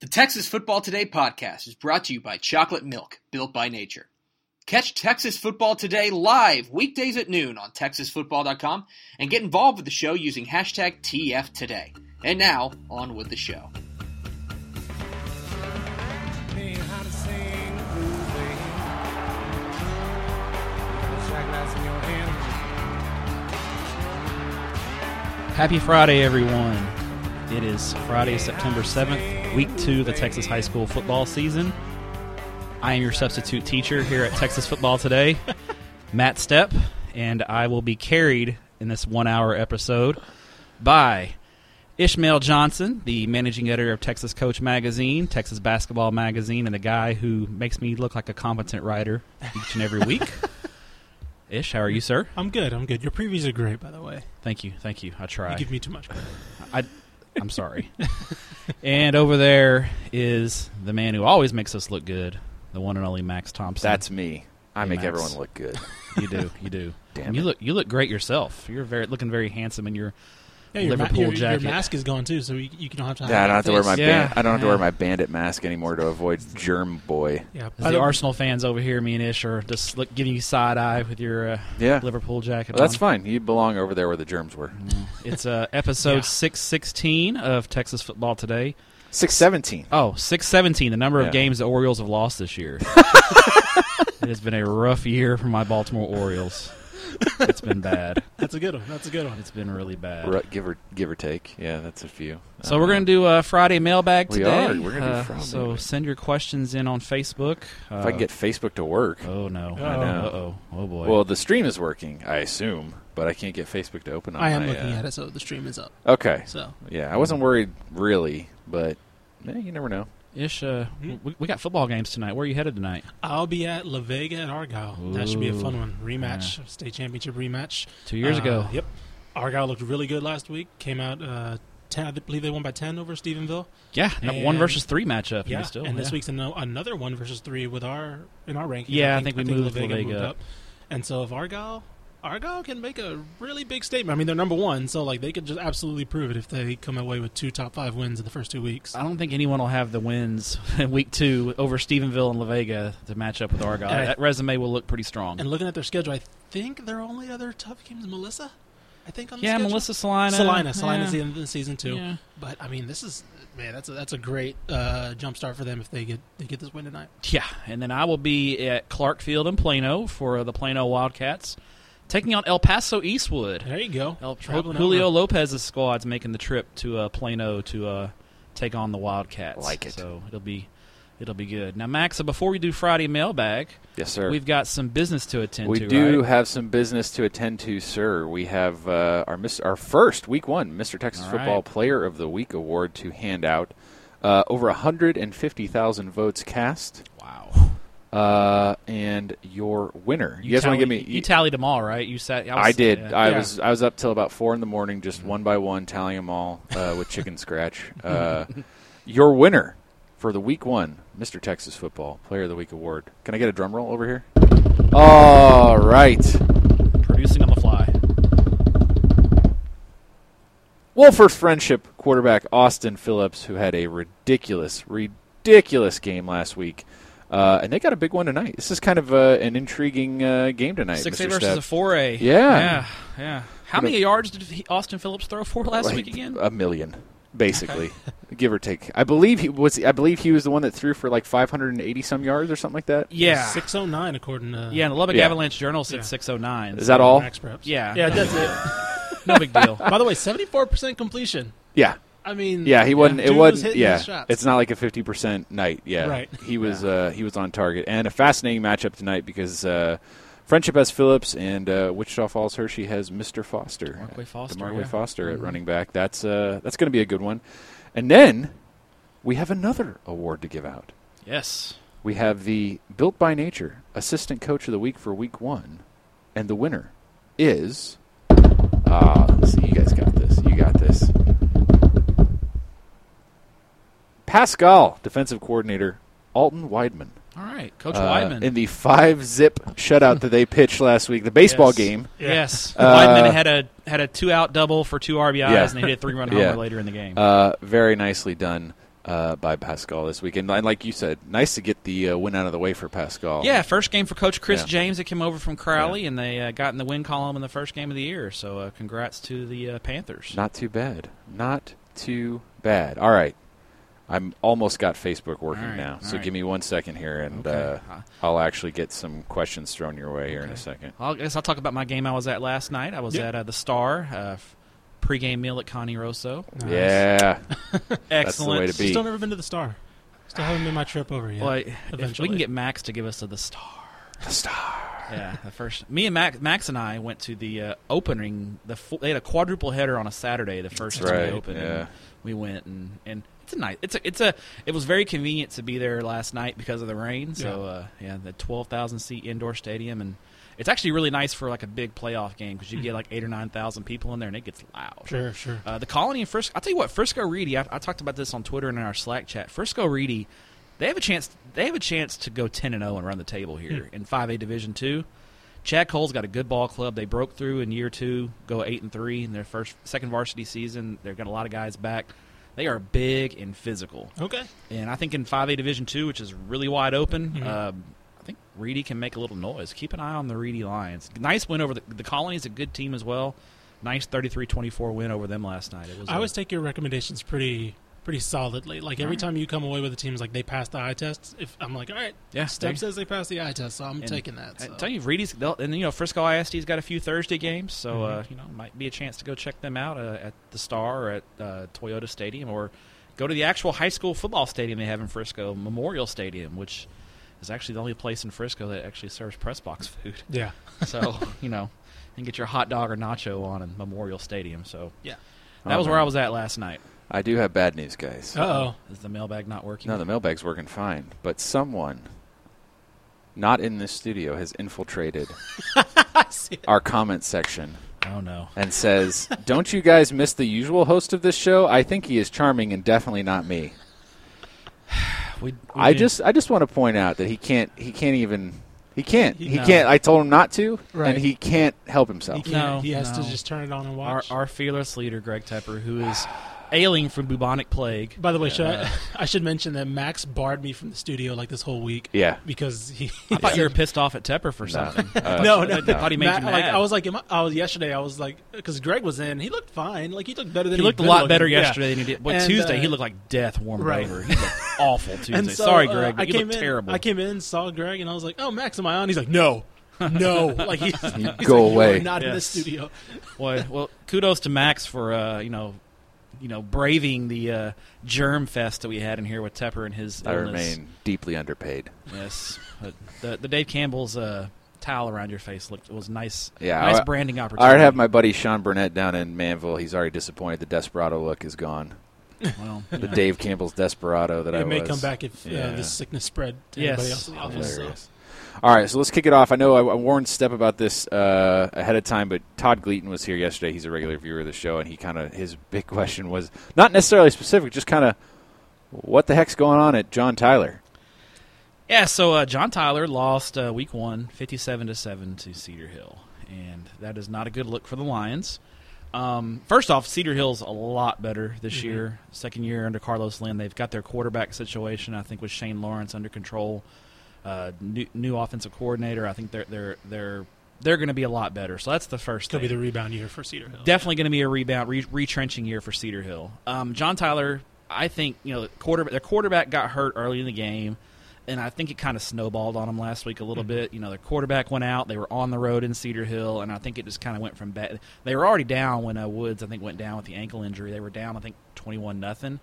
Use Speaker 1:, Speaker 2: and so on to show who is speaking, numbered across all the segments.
Speaker 1: The Texas Football Today podcast is brought to you by Chocolate Milk, built by nature. Catch Texas Football Today live weekdays at noon on TexasFootball.com and get involved with the show using hashtag TFToday. And now, on with the show.
Speaker 2: me how to sing the blues, baby. Got a shot glass in your hand.
Speaker 3: Happy Friday, everyone. It is Friday, September 7th, week two of the Texas high school football season. I am your substitute teacher here at Texas Football Today, Matt Stepp, and I will be carried in this one hour episode by Ishmael Johnson, the managing editor of Texas Coach Magazine, Texas Basketball Magazine, and the guy who makes me look like a competent writer each and every week. Ish, how are you, sir?
Speaker 4: I'm good. I'm good. Your previews are great, by the way.
Speaker 3: Thank you. Thank you. I try.
Speaker 4: You give me too much. credit.
Speaker 3: I, I'm sorry. and over there is the man who always makes us look good, the one and only Max Thompson.
Speaker 5: That's me. I
Speaker 3: Hey,
Speaker 5: make
Speaker 3: Max.
Speaker 5: everyone look good.
Speaker 3: you do, you do.
Speaker 5: Damn
Speaker 3: And you look, you look great yourself. You're very looking very handsome in your
Speaker 4: Yeah, your, ma-
Speaker 3: Liverpool
Speaker 4: your, your
Speaker 3: jacket.
Speaker 4: mask is gone too, so you, you don't have to. Hide
Speaker 5: Yeah, I don't
Speaker 4: your
Speaker 5: have to wear my
Speaker 4: face.
Speaker 3: Yeah,
Speaker 5: ban- I don't have to wear
Speaker 3: yeah.
Speaker 5: my bandit mask anymore to avoid germ boy.
Speaker 4: Yeah,
Speaker 3: as
Speaker 4: by
Speaker 3: the
Speaker 4: the-
Speaker 3: Arsenal fans over here, me and Ish are just look, giving you side eye with your uh,
Speaker 5: Yeah.
Speaker 3: Liverpool jacket.
Speaker 5: Well, that's
Speaker 3: on.
Speaker 5: fine. You belong over there where the germs were.
Speaker 3: It's uh, episode
Speaker 4: Yeah.
Speaker 3: six sixteen of Texas football today.
Speaker 5: Six seventeen.
Speaker 3: Oh, 617, the number
Speaker 5: Yeah.
Speaker 3: of games the Orioles have lost this year. it has been a rough year for my Baltimore Orioles. It's been bad.
Speaker 4: that's a good one. That's a good one.
Speaker 3: It's been really bad.
Speaker 5: Ru- give or give or take. Yeah, that's a few.
Speaker 3: So we're gonna do a Friday mailbag
Speaker 5: We
Speaker 3: today.
Speaker 5: are. We're gonna do
Speaker 3: Uh,
Speaker 5: Friday.
Speaker 3: So send your questions in on Facebook. Uh,
Speaker 5: If I can get Facebook to work.
Speaker 3: Oh no!
Speaker 4: I
Speaker 5: know.
Speaker 3: oh. Oh boy.
Speaker 5: Well, the stream is working, I assume, but I can't get Facebook to open. On
Speaker 4: I am
Speaker 5: my,
Speaker 4: looking
Speaker 5: uh,
Speaker 4: at it, so the stream is up.
Speaker 5: Okay.
Speaker 4: So
Speaker 5: Yeah, I wasn't worried really, but eh, you never know.
Speaker 3: Ish, uh,
Speaker 4: Hmm?
Speaker 3: we, we got football games tonight. Where are you headed tonight?
Speaker 4: I'll be at La Vega at Argyle. That should be a
Speaker 3: Ooh.
Speaker 4: fun one. Rematch, state championship rematch.
Speaker 3: Two years
Speaker 4: Uh,
Speaker 3: ago.
Speaker 4: Yep. Argyle looked really good last week. Came out uh, ten. I believe they won by ten over Stephenville.
Speaker 3: Yeah, no, one
Speaker 4: And-
Speaker 3: versus three matchup. and
Speaker 4: Yeah,
Speaker 3: they still,
Speaker 4: and this
Speaker 3: yeah.
Speaker 4: week's ano- another one versus three with our in our ranking.
Speaker 3: Yeah, I think we moved La Vega up.
Speaker 4: and so if Argyle Argyle can make a really big statement. I mean, they're number one, so like they could just absolutely prove it if they come away with two top five wins in the first two weeks.
Speaker 3: I don't think anyone will have the wins in week two over Stephenville and La Vega to match up with Argyle.
Speaker 4: And I-
Speaker 3: that resume will look pretty strong.
Speaker 4: and looking at their schedule, I think their only other tough game is Melissa. I think on the
Speaker 3: yeah,
Speaker 4: schedule?
Speaker 3: Melissa Salina.
Speaker 4: Salina,
Speaker 3: yeah.
Speaker 4: Salina's the end of the season too.
Speaker 3: Yeah.
Speaker 4: But I mean, this is man, that's a, that's a great uh, jump start for them if they get they get this win tonight.
Speaker 3: Yeah, and then I will be at Clark Field in Plano for uh, the Plano Wildcats, taking on El Paso Eastwood.
Speaker 4: There you go.
Speaker 3: El,
Speaker 4: Traveling out
Speaker 3: Julio
Speaker 4: now.
Speaker 3: Lopez's squad's making the trip to uh, Plano to uh, take on the Wildcats.
Speaker 5: Like it.
Speaker 3: So it'll be it'll be good. Now, Max, so before we do Friday mailbag,
Speaker 5: Yes, sir.
Speaker 3: we've got some business to attend
Speaker 5: We
Speaker 3: to.
Speaker 5: do
Speaker 3: right?
Speaker 5: have some business to attend to, sir. We have uh, our mis- our first week one Mr. Texas
Speaker 3: All
Speaker 5: Football
Speaker 3: right.
Speaker 5: Player of the Week award to hand out. Uh, over 150,000 votes cast,
Speaker 3: wow.
Speaker 5: uh, and your winner. You, guys want to give me?
Speaker 3: You, tallied them all, right? You sat. I, was, uh,
Speaker 5: I did.
Speaker 3: yeah. Mm-hmm.
Speaker 5: I
Speaker 4: Yeah.
Speaker 5: was I was up till about four in the morning, just one by one, tallying them all uh, with chicken scratch. Uh, your winner for the week one, Mr. Texas Football Player of the Week award. Can I get a drum roll over here? All right.
Speaker 3: producing on the fly.
Speaker 5: Wolford Friendship quarterback Austin Phillips, who had a ridiculous, ridiculous game last week. Uh, and they got a big one tonight. This is kind of uh, an intriguing uh, game tonight.
Speaker 3: Six
Speaker 5: Mr.
Speaker 3: A versus
Speaker 5: Stepp.
Speaker 3: a four A.
Speaker 5: Yeah.
Speaker 3: yeah, yeah. How
Speaker 5: What a-
Speaker 3: many yards did he, Austin Phillips throw for last
Speaker 5: Like, uh,
Speaker 3: week again?
Speaker 5: A million, basically, give or take. I believe he was. I believe he was the one that threw for like 580 some yards or something like that.
Speaker 3: yeah,
Speaker 4: six oh nine according to
Speaker 3: yeah. And the Lubbock
Speaker 5: Yeah.
Speaker 3: Avalanche Journal said
Speaker 4: Yeah.
Speaker 3: six oh nine.
Speaker 5: Is that all?
Speaker 4: Max Preps.
Speaker 3: Yeah.
Speaker 4: yeah, that's it.
Speaker 3: no big deal?
Speaker 4: By the way, seventy four percent completion.
Speaker 5: Yeah,
Speaker 4: I mean,
Speaker 5: yeah. He wasn't. it
Speaker 4: dude
Speaker 5: wasn't.
Speaker 4: hitting his
Speaker 5: yeah,
Speaker 4: shots.
Speaker 5: it's not like a 50 percent night. Yeah,
Speaker 4: Right.
Speaker 5: He was. Uh, he was on target, and a fascinating matchup tonight because. Uh, Friendship has Phillips, and uh, Wichita Falls Hershey has Mr. Foster.
Speaker 3: DeMarque Foster,
Speaker 5: DeMarque
Speaker 3: yeah.
Speaker 5: Foster
Speaker 4: Mm-hmm.
Speaker 5: at running back. That's uh, that's going to be a good one. And then we have another award to give out.
Speaker 3: Yes.
Speaker 5: We have the Built by Nature Assistant Coach of the Week for Week One, and the winner is. Ah, let's see, you guys got this. You got this. Pascal, defensive coordinator, Alton Weidman.
Speaker 3: All right, Coach
Speaker 5: Uh,
Speaker 3: Weidman.
Speaker 5: In the five zip shutout that they pitched last week, the baseball
Speaker 3: Yes.
Speaker 5: game.
Speaker 3: Yes,
Speaker 5: Uh,
Speaker 3: Weidman had a had a two out double for two RBIs,
Speaker 5: Yeah.
Speaker 3: and they hit a three run homer
Speaker 5: Yeah. Um,
Speaker 3: later in the game.
Speaker 5: Uh, very nicely done. uh, by Pascal this weekend. And like you said, nice to get the uh, win out of the way for Pascal.
Speaker 3: Yeah, first game for Coach Chris
Speaker 5: Yeah.
Speaker 3: James that came over from Crowley, and they uh, got in the win column in the first game of the year. So, uh, congrats to the uh, Panthers.
Speaker 5: Not too bad. Not too bad. All right. I'm almost got Facebook working
Speaker 3: All right,
Speaker 5: now,
Speaker 3: all
Speaker 5: so
Speaker 3: right.
Speaker 5: give me one second here, and
Speaker 3: Okay.
Speaker 5: uh,
Speaker 3: Uh,
Speaker 5: I'll actually get some questions thrown your way here in a
Speaker 3: Okay.
Speaker 5: second.
Speaker 3: I'll, I guess I'll talk about my game I was at last night. I was
Speaker 4: Yeah.
Speaker 3: at uh, the Star uh, f- pregame meal at Connie Rosso.
Speaker 4: Nice.
Speaker 5: Yeah,
Speaker 3: Excellent.
Speaker 5: way to be.
Speaker 4: Still never been to the Star. Still haven't made my trip over yet.
Speaker 3: Well, I- if we
Speaker 4: Eventually.
Speaker 3: can get Max to give us to the Star.
Speaker 5: the star.
Speaker 3: Yeah, the first. Me and Max, Max and I went to the uh, opening. The full, they had a quadruple header on a Saturday. The first
Speaker 5: That's
Speaker 3: time
Speaker 5: right,
Speaker 3: we opened,
Speaker 5: yeah.
Speaker 3: and we went and and it's a nice. It's a it's a. It was very convenient to be there last night because of the rain. So
Speaker 4: Yeah.
Speaker 3: uh, yeah, the twelve thousand seat indoor stadium, and it's actually really nice for like a big playoff game because you
Speaker 5: Hmm.
Speaker 3: get like eight or nine thousand people in there, and it gets loud.
Speaker 4: sure, sure.
Speaker 3: Uh, the Colony and Frisco. I'll tell you what, Frisco Reedy. I, I talked about this on Twitter and in our Slack chat. Frisco Reedy, they have a chance. They have a chance to go ten and zero and run the table here in five A Division two. Chad Cole's got a good ball club. They broke through in year two, go eight and three in their first second varsity season. They've got a lot of guys back. They are big and physical,
Speaker 4: okay.
Speaker 3: and I think in five A Division two, which is really wide open.
Speaker 4: Mhm.
Speaker 3: Um, I think Reedy can make a little noise. Keep an eye on the Reedy Lions. Nice win over the, the Colony's a good team as well. Nice 33-24 win over them last night. It was
Speaker 4: I
Speaker 3: a-
Speaker 4: always take your recommendations pretty pretty solidly. Like every
Speaker 3: Mm-hmm.
Speaker 4: time you come away with a team's like they pass the eye test, if I'm like, all right,
Speaker 3: Yeah,
Speaker 4: Steph
Speaker 3: they-
Speaker 4: says they pass the eye test, so I'm
Speaker 3: And
Speaker 4: taking that.
Speaker 3: I
Speaker 4: so.
Speaker 3: tell you, Reedy's they'll- and you know Frisco ISD's got a few Thursday games, so
Speaker 4: Mm-hmm.
Speaker 3: uh, you know might be a chance to go check them out uh, at the Star or at uh, Toyota Stadium, or go to the actual high school football stadium they have in Frisco, Memorial Stadium, which is actually the only place in Frisco that actually serves press box food.
Speaker 4: yeah,
Speaker 3: so you know, you can get your hot dog or nacho on in Memorial Stadium. So
Speaker 4: yeah.
Speaker 3: that
Speaker 5: Oh,
Speaker 3: was where
Speaker 5: man.
Speaker 3: I was at last night.
Speaker 5: I do have bad news, guys.
Speaker 4: Uh oh.
Speaker 3: Is the mailbag not working?
Speaker 5: No, the mailbag's working fine, but someone not in this studio has infiltrated our comment section
Speaker 3: oh no.
Speaker 5: and says, "Don't you guys miss the usual host of this show? I think he is charming and definitely not me."
Speaker 3: We, we
Speaker 5: I
Speaker 3: do-
Speaker 5: just I just want to point out that he can't he can't even he can't
Speaker 4: He-
Speaker 5: he
Speaker 4: no.
Speaker 5: can't I told him not to
Speaker 4: Right.
Speaker 5: and he can't help himself.
Speaker 4: He,
Speaker 3: No,
Speaker 4: no, he has
Speaker 3: no.
Speaker 4: to just turn it on and
Speaker 3: our,
Speaker 4: watch.
Speaker 3: our fearless leader Greg Tepper, who is ailing from bubonic plague.
Speaker 4: By the way, should I, I should mention that Max barred me from the studio like this whole week.
Speaker 5: Yeah.
Speaker 4: because he.
Speaker 3: I thought you were pissed off at Tepper for something.
Speaker 5: Uh,
Speaker 4: no, no,
Speaker 3: I thought he made
Speaker 4: Matt-
Speaker 3: you
Speaker 4: Like,
Speaker 3: mad.
Speaker 4: I was like, am I, I was yesterday. I was like, because Greg was in, he looked fine. Like he looked better than
Speaker 3: He looked a
Speaker 4: been
Speaker 3: lot better
Speaker 4: looking. Yeah.
Speaker 3: yesterday than he did. But
Speaker 4: And,
Speaker 3: Tuesday,
Speaker 4: uh,
Speaker 3: he looked like death warmed
Speaker 4: right.
Speaker 3: over. He looked awful Tuesday.
Speaker 4: And so,
Speaker 3: Sorry,
Speaker 4: uh,
Speaker 3: Greg, but
Speaker 4: I
Speaker 3: you
Speaker 4: came
Speaker 3: look
Speaker 4: in,
Speaker 3: terrible.
Speaker 4: I came in, saw Greg, and I was like, "Oh, Max, am I on?" He's like, "No, no." Like he's, he's like, "You are
Speaker 5: away."
Speaker 4: not in the
Speaker 3: Yes.
Speaker 4: studio.
Speaker 3: Well, well, kudos to Max for uh, you know, you know, braving the uh, germ fest that we had in here with Tepper and his
Speaker 5: I
Speaker 3: illness.
Speaker 5: remain deeply underpaid.
Speaker 3: Yes, but the, the Dave Campbell's uh, towel around your face looked was nice.
Speaker 5: Yeah,
Speaker 3: nice
Speaker 5: I-
Speaker 3: branding opportunity.
Speaker 5: I already have my buddy Sean Burnett down in Manville. He's already disappointed. The desperado look is gone.
Speaker 3: well, you
Speaker 5: The
Speaker 3: know.
Speaker 5: Dave Campbell's desperado that I
Speaker 4: It may
Speaker 5: was.
Speaker 4: come back if
Speaker 5: Yeah.
Speaker 4: uh, this sickness spread to
Speaker 3: Yes.
Speaker 4: anybody else in the office. So.
Speaker 5: Hilarious. All right, so let's kick it off. I know I, I warned Step about this uh, ahead of time, but Todd Gleaton was here yesterday. He's a regular viewer of the show, and he kind of his big question was not necessarily specific, just kind of what the heck's going on at John Tyler.
Speaker 3: Yeah, so uh, John Tyler lost uh, week one, 57 to 7 to Cedar Hill. And that is not a good look for the Lions. Um, first off, Cedar Hill's a lot better this
Speaker 4: Mm-hmm.
Speaker 3: year. Second year under Carlos Lynn. They've got their quarterback situation, I think, with Shane Lawrence under control. Uh, new, new offensive coordinator. I think they're they're they're they're going to be a lot better. So that's the first.
Speaker 4: Could be
Speaker 3: thing
Speaker 4: the rebound year for Cedar Hill.
Speaker 3: definitely going to be a rebound re- retrenching year for Cedar Hill. Um, John Tyler, I think you know quarterback. Their quarterback got hurt early in the game, and I think it kind of snowballed on them last week a little bit. You know, their quarterback went out. They were on the road in Cedar Hill, and I think it just kind of went from bad. They were already down when uh, Woods, I think, went down with the ankle injury. They were down, I think, twenty-one nothing.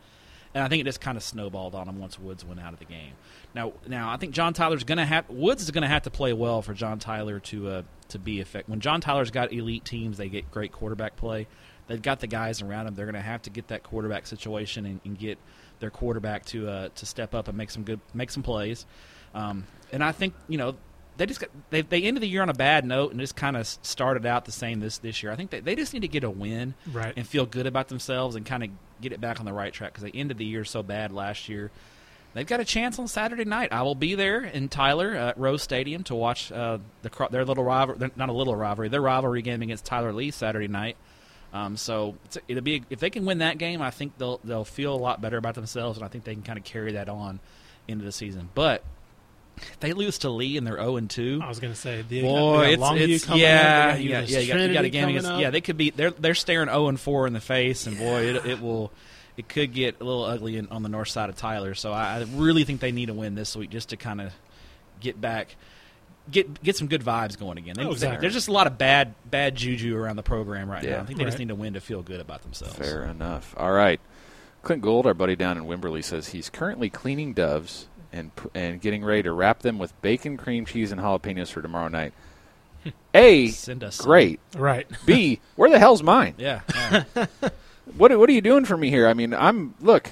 Speaker 3: And I think it just kind of snowballed on him once Woods went out of the game. Now, now I think John Tyler's going to have Woods is going to have to play well for John Tyler to uh, to be effective. When John Tyler's got elite teams, they get great quarterback play. They've got the guys around him. They're going to have to get that quarterback situation and, and get their quarterback to uh, to step up and make some good make some plays. Um, and I think you know they just got, they they ended the year on a bad note and just kind of started out the same this this year. I think they, they just need to get a win
Speaker 4: Right.
Speaker 3: and feel good about themselves and kind of get it back on the right track because they ended the year so bad last year. They've got a chance on Saturday night. I will be there in Tyler uh, at Rose Stadium to watch uh, the cro- their little rival, their- not a little rivalry, their rivalry game against Tyler Lee Saturday night. Um, so it's, it'll be if they can win that game, I think they'll they'll feel a lot better about themselves, and I think they can kind of carry that on into the season. But if they lose to Lee and they're zero and two.
Speaker 4: I was gonna say the
Speaker 3: Boy,
Speaker 4: they
Speaker 3: it's,
Speaker 4: got Longview
Speaker 3: it's
Speaker 4: coming
Speaker 3: yeah,
Speaker 4: up, they got
Speaker 3: yeah,
Speaker 4: Unis
Speaker 3: yeah. You got, you got a
Speaker 4: Trinity
Speaker 3: game
Speaker 4: coming
Speaker 3: against
Speaker 4: up.
Speaker 3: yeah. They could be they're they're staring zero and four in the face, and boy, it, it will it could get a little ugly in, on the north side of Tyler. So I, I really think they need a win this week just to kind of get back. Get get some good vibes going again. They-
Speaker 4: Oh, exactly.
Speaker 3: There's just a lot of bad bad juju around the program right
Speaker 5: Yeah.
Speaker 3: now. I think they just
Speaker 4: Right.
Speaker 3: need to win to feel good about themselves.
Speaker 5: Fair enough. All right. Clint Gold, our buddy down in Wimberley, says he's currently cleaning doves and p- and getting ready to wrap them with bacon, cream cheese, and jalapenos for tomorrow night. A,
Speaker 3: Send us some.
Speaker 5: great.
Speaker 4: right.
Speaker 5: B, where the hell's mine?
Speaker 3: Yeah, yeah.
Speaker 5: What what are you doing for me here? I mean, I'm look.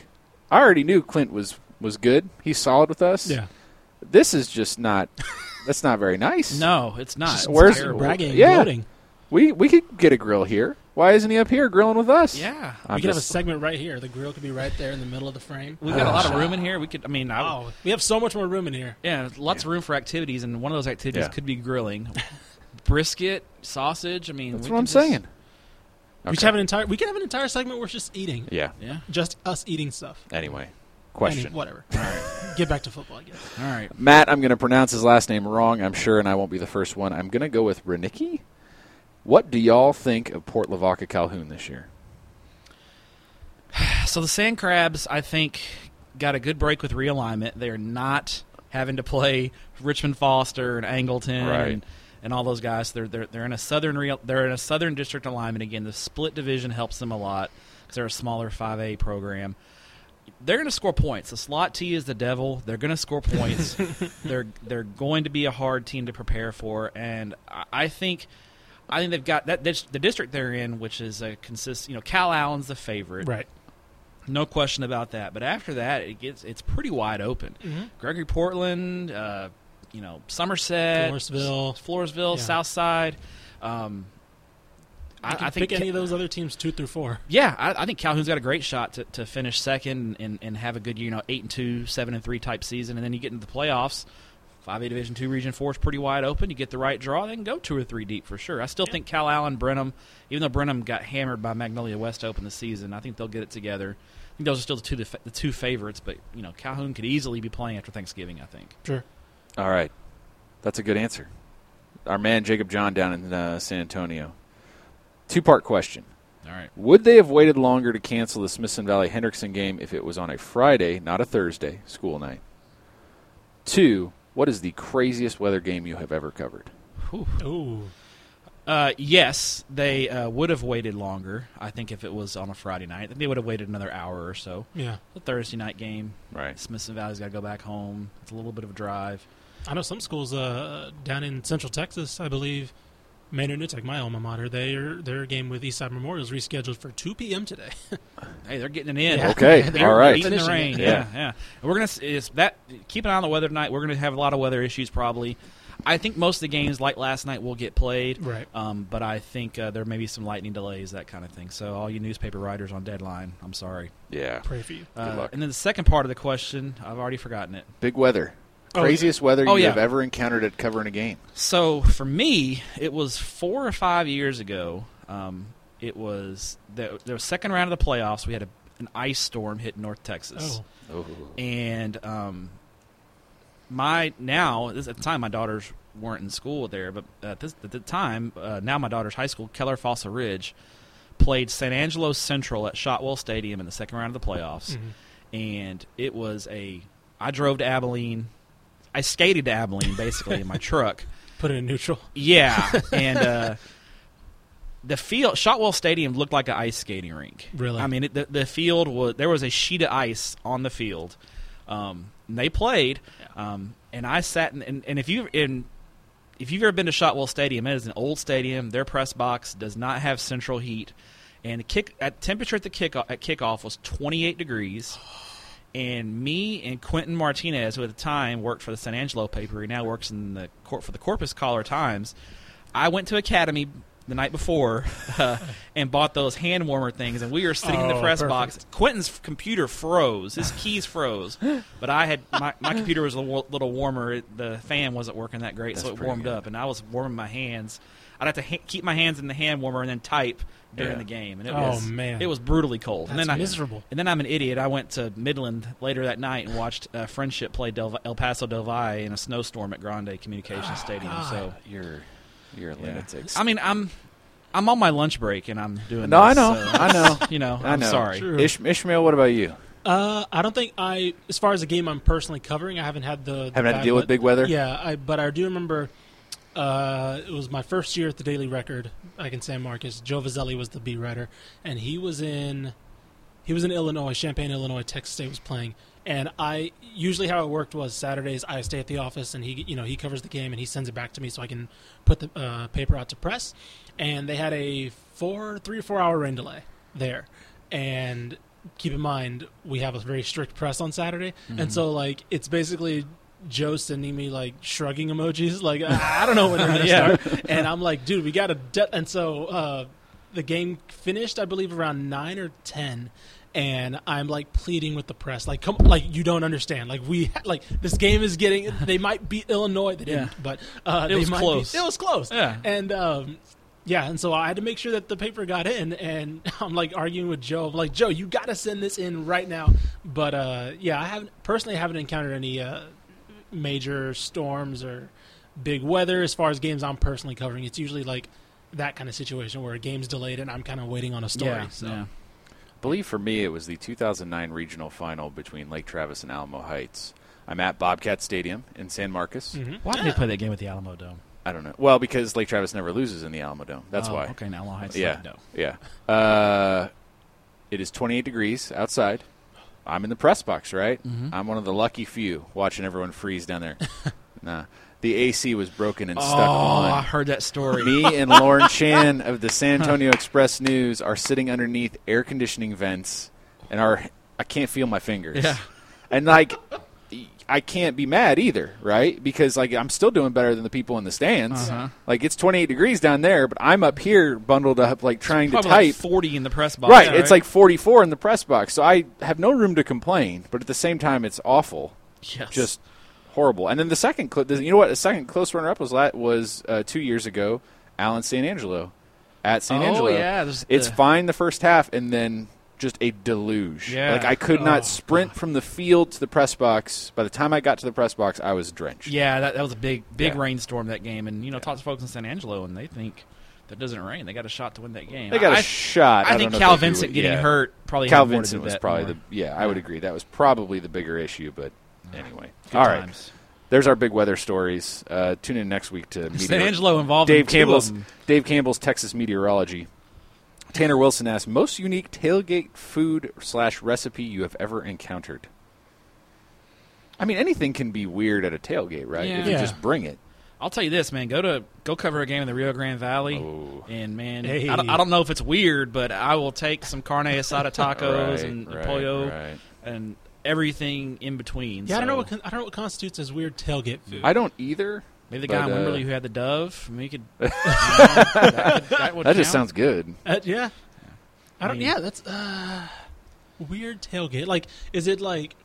Speaker 5: I already knew Clint was was good. He's solid with us.
Speaker 4: Yeah,
Speaker 5: This is just not. that's not very nice.
Speaker 3: no, it's not.
Speaker 5: Just
Speaker 3: It's
Speaker 5: where's-
Speaker 3: terrible.
Speaker 4: bragging,
Speaker 5: Yeah.
Speaker 4: yeah. gloating.
Speaker 5: We we could get a grill here. Why isn't he up here grilling with us?
Speaker 3: Yeah,
Speaker 5: I'm
Speaker 4: we could have a
Speaker 5: just- Oh.
Speaker 4: segment right here. The grill could be right there in the middle of the frame.
Speaker 3: we've got a lot of room in here. We could. I mean, I,
Speaker 4: Oh, we have so much more room in here.
Speaker 3: Yeah, lots of room for activities, and one of those activities
Speaker 5: Yeah.
Speaker 3: could be grilling, brisket, sausage. I mean,
Speaker 5: That's
Speaker 3: we
Speaker 5: what I'm
Speaker 3: could just-
Speaker 5: saying.
Speaker 4: We
Speaker 5: Okay.
Speaker 4: should have an entire. We could have an entire segment where it's just eating,
Speaker 5: Yeah.
Speaker 3: Yeah.
Speaker 4: just us eating stuff.
Speaker 5: Anyway, question.
Speaker 4: Any- whatever. Get back to football, I guess.
Speaker 3: All right.
Speaker 5: Matt, I'm going to pronounce his last name wrong, I'm sure, and I won't be the first one. I'm going to go with Renicki. What do y'all think of Port Lavaca Calhoun this year?
Speaker 3: So the sand crabs, I think, got a good break with realignment. They're not having to play Richmond Foster and Angleton
Speaker 5: Right.
Speaker 3: and, and all those guys. They're they're they're in a southern real, they're in a southern district alignment again. The split division helps them a lot because they're a smaller five A program. They're going to score points. The slot T is the devil. They're going to score points. they're they're going to be a hard team to prepare for, and I, I think. I think they've got that that's the district they're in, which is a consist. You know, Cal Allen's the favorite,
Speaker 4: Right.
Speaker 3: no question about that. But after that, it gets it's pretty wide open.
Speaker 4: Mm-hmm.
Speaker 3: Gregory Portland, uh, you know Somerset,
Speaker 4: Floresville.
Speaker 3: S- Floresville,
Speaker 4: Yeah.
Speaker 3: Southside. Um, I, I think
Speaker 4: pick
Speaker 3: Ca-
Speaker 4: any of those other teams two through four.
Speaker 3: yeah, I, I think Calhoun's got a great shot to, to finish second and, and have a good, you know, eight and two, seven and three type season, and then you get into the playoffs. Five A Division Two Region Four is pretty wide open. You get the right draw, they can go two or three deep for sure. I still think Cal Allen, Brenham, even though Brenham got hammered by Magnolia West to open the season, I think they'll get it together. I think those are still the two the, the two favorites, but you know Calhoun could easily be playing after Thanksgiving. I think.
Speaker 4: Sure.
Speaker 5: All right. That's a good answer. Our man Jacob John down in uh, San Antonio. Two part question.
Speaker 3: All right.
Speaker 5: Would they have waited longer to cancel the Smithson Valley Hendrickson game if it was on a Friday, not a Thursday, school night? Two, what is the craziest weather game you have ever covered?
Speaker 4: Ooh.
Speaker 3: Uh, yes, they uh, would have waited longer. I think if it was on a Friday night, I think they would have waited another hour or so.
Speaker 4: Yeah.
Speaker 3: The Thursday night game,
Speaker 5: Right.
Speaker 3: Smithson Valley's got to go back home. It's a little bit of a drive.
Speaker 4: I know some schools uh, down in Central Texas, I believe, Maynard Newtek, my alma mater, their their game with Eastside Memorial is rescheduled for 2 p.m. today.
Speaker 3: Hey, they're getting it in.
Speaker 4: Yeah.
Speaker 5: Okay.
Speaker 3: They're
Speaker 5: All right.
Speaker 3: beating the rain.
Speaker 5: Yeah.
Speaker 3: Yeah, yeah. And we're gonna s- it's that. Keep an eye on the weather tonight. We're gonna have a lot of weather issues probably. I think most of the games like last night will get played.
Speaker 4: Right.
Speaker 3: Um, but I think uh, there may be some lightning delays, that kind of thing. So all you newspaper writers on deadline, I'm sorry.
Speaker 5: Yeah.
Speaker 4: Pray for you.
Speaker 3: Uh,
Speaker 5: luck.
Speaker 3: And then the second part of the question, I've already forgotten it.
Speaker 5: Big weather.
Speaker 4: Oh,
Speaker 5: Craziest weather
Speaker 3: oh,
Speaker 5: you
Speaker 3: yeah.
Speaker 5: have ever encountered at covering a game.
Speaker 3: So for me, it was four or five years ago. Um, it was the, the second round of the playoffs. We had a, an ice storm hit North Texas,
Speaker 4: Oh,
Speaker 3: and um, my now this, at the time my daughters weren't in school there, but at, this, at the time uh, now my daughter's high school Keller Fossil Ridge played San Angelo Central at Shotwell Stadium in the second round of the playoffs, and it was a I drove to Abilene, I skated to Abilene basically in my truck.
Speaker 4: put it in neutral.
Speaker 3: Yeah, and uh, the field, Shotwell Stadium, looked like an ice skating rink.
Speaker 4: Really?
Speaker 3: I mean, it, the the field was there was a sheet of ice on the field. Um, and they played, um, and I sat in, and, and if you in if you've ever been to Shotwell Stadium, it is an old stadium. Their press box does not have central heat, and the kick at temperature at the kick at kickoff was 28 degrees. And me and Quentin Martinez, who at the time worked for the San Angelo paper, he now works in the court for the Corpus Caller Times. I went to academy the night before uh, and bought those hand warmer things, and we were sitting in the
Speaker 4: Oh,
Speaker 3: press box. Quentin's f- computer froze; his keys froze, but I had my, my computer was a little little warmer. It- The fan wasn't working that great, so
Speaker 5: That's
Speaker 3: it
Speaker 5: pretty
Speaker 3: warmed
Speaker 5: good.
Speaker 3: up, and I was warming my hands. I'd have to ha- keep my hands in the hand warmer and then type during
Speaker 5: Yeah.
Speaker 3: the game, and it
Speaker 4: Oh,
Speaker 3: was
Speaker 4: man.
Speaker 3: it was brutally cold. and
Speaker 4: That's
Speaker 3: then I-
Speaker 4: miserable.
Speaker 3: and then I'm an idiot. I went to Midland later that night and watched uh, Friendship play Del- El Paso Del Valle in a snowstorm at Grande Communications
Speaker 4: Ah,
Speaker 3: Stadium. So,
Speaker 5: You're you're a lunatic.
Speaker 3: I mean, I'm I'm on my lunch break and I'm doing.
Speaker 5: No, I
Speaker 3: this,
Speaker 5: know,
Speaker 3: so
Speaker 5: I know,
Speaker 3: it's- You know,
Speaker 5: I
Speaker 3: I'm
Speaker 5: know.
Speaker 3: sorry.
Speaker 4: True.
Speaker 5: Ish- Ishmael, what about you?
Speaker 4: Uh, I don't think I, as far as the game I'm personally covering, I haven't had the, the
Speaker 5: Haven't had to
Speaker 4: bad
Speaker 5: deal with
Speaker 4: wea-
Speaker 5: big weather?
Speaker 4: Yeah, I, but I do remember. Uh, it was my first year at the Daily Record. I can San Marcus. Joe Vazelli was the B writer, and he was in, he was in Illinois, Champaign, Illinois. Texas State was playing, and I usually how it worked was Saturdays I stay at the office, and he, you know, he covers the game and he sends it back to me so I can put the uh, paper out to press. And they had a four, three or four hour rain delay there, and keep in mind we have a very strict press on Saturday, and so like it's basically Joe sending me like shrugging emojis, like I I don't know when they're gonna
Speaker 3: Yeah.
Speaker 4: start, and I'm like, dude, we got to. De-. And so uh, the game finished, I believe, around nine or ten. And I'm like pleading with the press, like come, like you don't understand, like we, ha- like this game is getting, they might beat Illinois, they didn't,
Speaker 3: Yeah.
Speaker 4: but uh,
Speaker 3: It
Speaker 4: they
Speaker 3: was
Speaker 4: might
Speaker 3: close.
Speaker 4: Be, it was close,
Speaker 3: Yeah.
Speaker 4: And um, yeah, and so I had to make sure that the paper got in, and I'm like arguing with Joe. I'm like, Joe, you got to send this in right now. But uh, yeah, I haven't personally haven't encountered any uh, major storms or big weather as far as games I'm personally covering. It's usually like that kind of situation where a game's delayed and I'm kind of waiting on a story.
Speaker 3: Yeah,
Speaker 4: so
Speaker 3: yeah.
Speaker 5: I believe for me it was the 2009 regional final between Lake Travis and Alamo Heights. I'm at Bobcat Stadium in San Marcos.
Speaker 4: Hmm?
Speaker 3: Why did they play that game at the Alamo Dome?
Speaker 5: I don't know. Well, because Lake Travis never loses in the Alamo Dome. That's
Speaker 3: Oh,
Speaker 5: why.
Speaker 3: Okay, now Long Heights.
Speaker 5: Yeah.
Speaker 3: No.
Speaker 5: Yeah. Uh, it is 28 degrees outside. I'm in the press box, right? I'm one of the lucky few watching everyone freeze down there. nah. The AC was broken and stuck
Speaker 3: Oh,
Speaker 5: on.
Speaker 3: I heard that story.
Speaker 5: Me and Lauren Chan of the San Antonio Express News are sitting underneath air conditioning vents, and our I can't feel my fingers.
Speaker 3: Yeah.
Speaker 5: and like I can't be mad either, right? Because like I'm still doing better than the people in the stands.
Speaker 3: Uh-huh.
Speaker 5: Like it's 28 degrees down there, but I'm up here bundled up, like trying to
Speaker 3: Probably
Speaker 5: type.
Speaker 3: like 40 in the press box.
Speaker 5: Right, it's like 44 in the press box, so I have no room to complain. But at the same time, it's awful
Speaker 3: Yes.
Speaker 5: just horrible. And then the second, cl- you know what? The second close runner up was la- was uh, two years ago, Alan San Angelo at San
Speaker 3: Oh,
Speaker 5: Angelo.
Speaker 3: yeah, there's
Speaker 5: it's
Speaker 3: the-
Speaker 5: fine the first half, and then just a deluge.
Speaker 3: Yeah. Oh,
Speaker 5: like I could not sprint from the field to the press box. By the time I got to the press box, I was drenched.
Speaker 3: Yeah, that, that was a big big
Speaker 5: Yeah.
Speaker 3: rainstorm that game, and you know, talk to folks in San Angelo, and they think that doesn't rain. They got a shot to win that game.
Speaker 5: They got
Speaker 3: a
Speaker 5: a shot.
Speaker 3: I,
Speaker 5: I
Speaker 3: think
Speaker 5: don't know if
Speaker 3: Cal
Speaker 5: they do it.
Speaker 3: Vincent getting
Speaker 5: Yeah.
Speaker 3: hurt probably. had
Speaker 5: Cal
Speaker 3: more to do
Speaker 5: Vincent was
Speaker 3: that
Speaker 5: probably
Speaker 3: more.
Speaker 5: the yeah, I would agree that was probably the bigger issue, but anyway,
Speaker 3: Good
Speaker 5: all right.
Speaker 3: times.
Speaker 5: There's our big weather stories. Uh, tune in next week to
Speaker 3: San
Speaker 5: Meteor-
Speaker 3: Angelo involved
Speaker 5: Dave
Speaker 3: in two
Speaker 5: Campbell's
Speaker 3: of 'em.
Speaker 5: Dave Campbell's Texas meteorology. Tanner Wilson asked, "Most unique tailgate food slash recipe you have ever encountered?" I mean, anything can be weird at a tailgate, right? If you
Speaker 4: Yeah.
Speaker 5: just bring it.
Speaker 3: I'll tell you this, man. Go to go cover a game in the Rio Grande Valley,
Speaker 5: Oh.
Speaker 3: and man,
Speaker 4: Hey.
Speaker 3: I, don't, I don't know if it's weird, but I will take some carne asada tacos
Speaker 5: Right,
Speaker 3: and
Speaker 5: right,
Speaker 3: pollo
Speaker 5: right.
Speaker 3: and everything in between.
Speaker 4: yeah, I don't
Speaker 3: so
Speaker 4: know what con- I don't know what constitutes as weird tailgate food.
Speaker 5: I don't either.
Speaker 3: Maybe the
Speaker 5: but,
Speaker 3: guy in
Speaker 5: uh,
Speaker 3: Wimberley who had the dove. I mean, you could. you know, that could- that would
Speaker 5: That just
Speaker 3: count.
Speaker 5: sounds good.
Speaker 4: Uh, yeah. I don't.
Speaker 3: mean-
Speaker 4: yeah, that's uh, weird tailgate. Like, is it like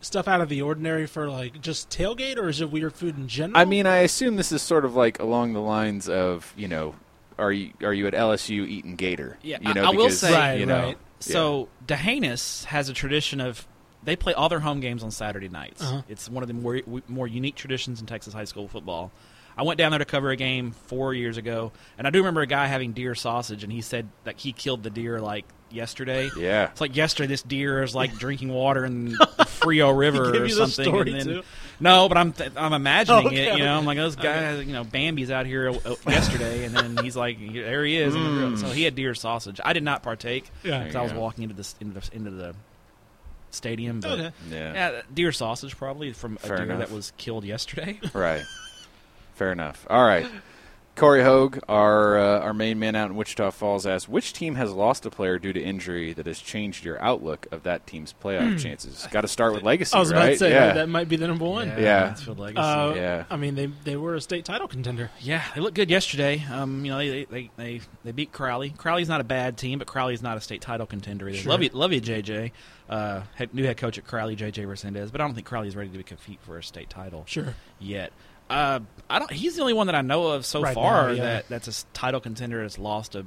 Speaker 4: stuff out of the ordinary for like just tailgate, or is it weird food in general?
Speaker 5: I mean, I assume this is sort of like along the lines of you know, are you are you at LSU eating gator?
Speaker 3: Yeah,
Speaker 5: you
Speaker 3: I-
Speaker 5: know,
Speaker 3: I will
Speaker 5: because,
Speaker 3: say- Right,
Speaker 5: you know,
Speaker 4: right.
Speaker 3: So Dehanus has a tradition of they play all their home games on Saturday nights.
Speaker 4: Uh-huh.
Speaker 3: It's one of the more more unique traditions in Texas high school football. I went down there to cover a game four years ago, and I do remember a guy having deer sausage, and he said that he killed the deer like yesterday.
Speaker 5: Yeah.
Speaker 3: it's like yesterday this deer is like drinking water in the Frio River
Speaker 4: gave
Speaker 3: or
Speaker 4: you the
Speaker 3: something.
Speaker 4: story,
Speaker 3: and then,
Speaker 4: too?
Speaker 3: No, but I'm th- I'm imagining
Speaker 4: Okay.
Speaker 3: it. You know, I'm like those guys. You know, Bambi's out here uh, yesterday, and then he's like, there he is. on the grill. So he had deer sausage. I did not partake.
Speaker 4: Yeah.
Speaker 5: There
Speaker 3: Because
Speaker 5: you
Speaker 3: I was
Speaker 5: go.
Speaker 3: walking into this into the, into the stadium. But
Speaker 4: Okay.
Speaker 5: Yeah.
Speaker 3: yeah, deer sausage probably from a
Speaker 5: Fair
Speaker 3: deer
Speaker 5: enough.
Speaker 3: that was killed yesterday.
Speaker 5: Right. Fair enough. All right. Corey Hogue, our uh, our main man out in Wichita Falls, asked which team has lost a player due to injury that has changed your outlook of that team's playoff chances. Got to start with legacy,
Speaker 4: I was
Speaker 5: right?
Speaker 4: about to say
Speaker 5: yeah.
Speaker 4: that might be the number one.
Speaker 5: Yeah.
Speaker 3: Mansfield Legacy.
Speaker 4: Uh,
Speaker 5: Yeah.
Speaker 4: I mean, they they were a state title contender.
Speaker 3: yeah, they looked good yesterday. Um, you know, they they, they they beat Crowley. Crowley's not a bad team, but Crowley's not a state title contender either.
Speaker 4: Sure.
Speaker 3: Love you, love you, JJ. Uh, head, new head coach at Crowley, JJ Resendez, but I don't think Crowley's ready to be compete for a state title
Speaker 4: Sure.
Speaker 3: yet. Uh, I don't. He's the only one that I know of so
Speaker 4: Right
Speaker 3: far
Speaker 4: now, yeah.
Speaker 3: that that's a s- title contender that's lost a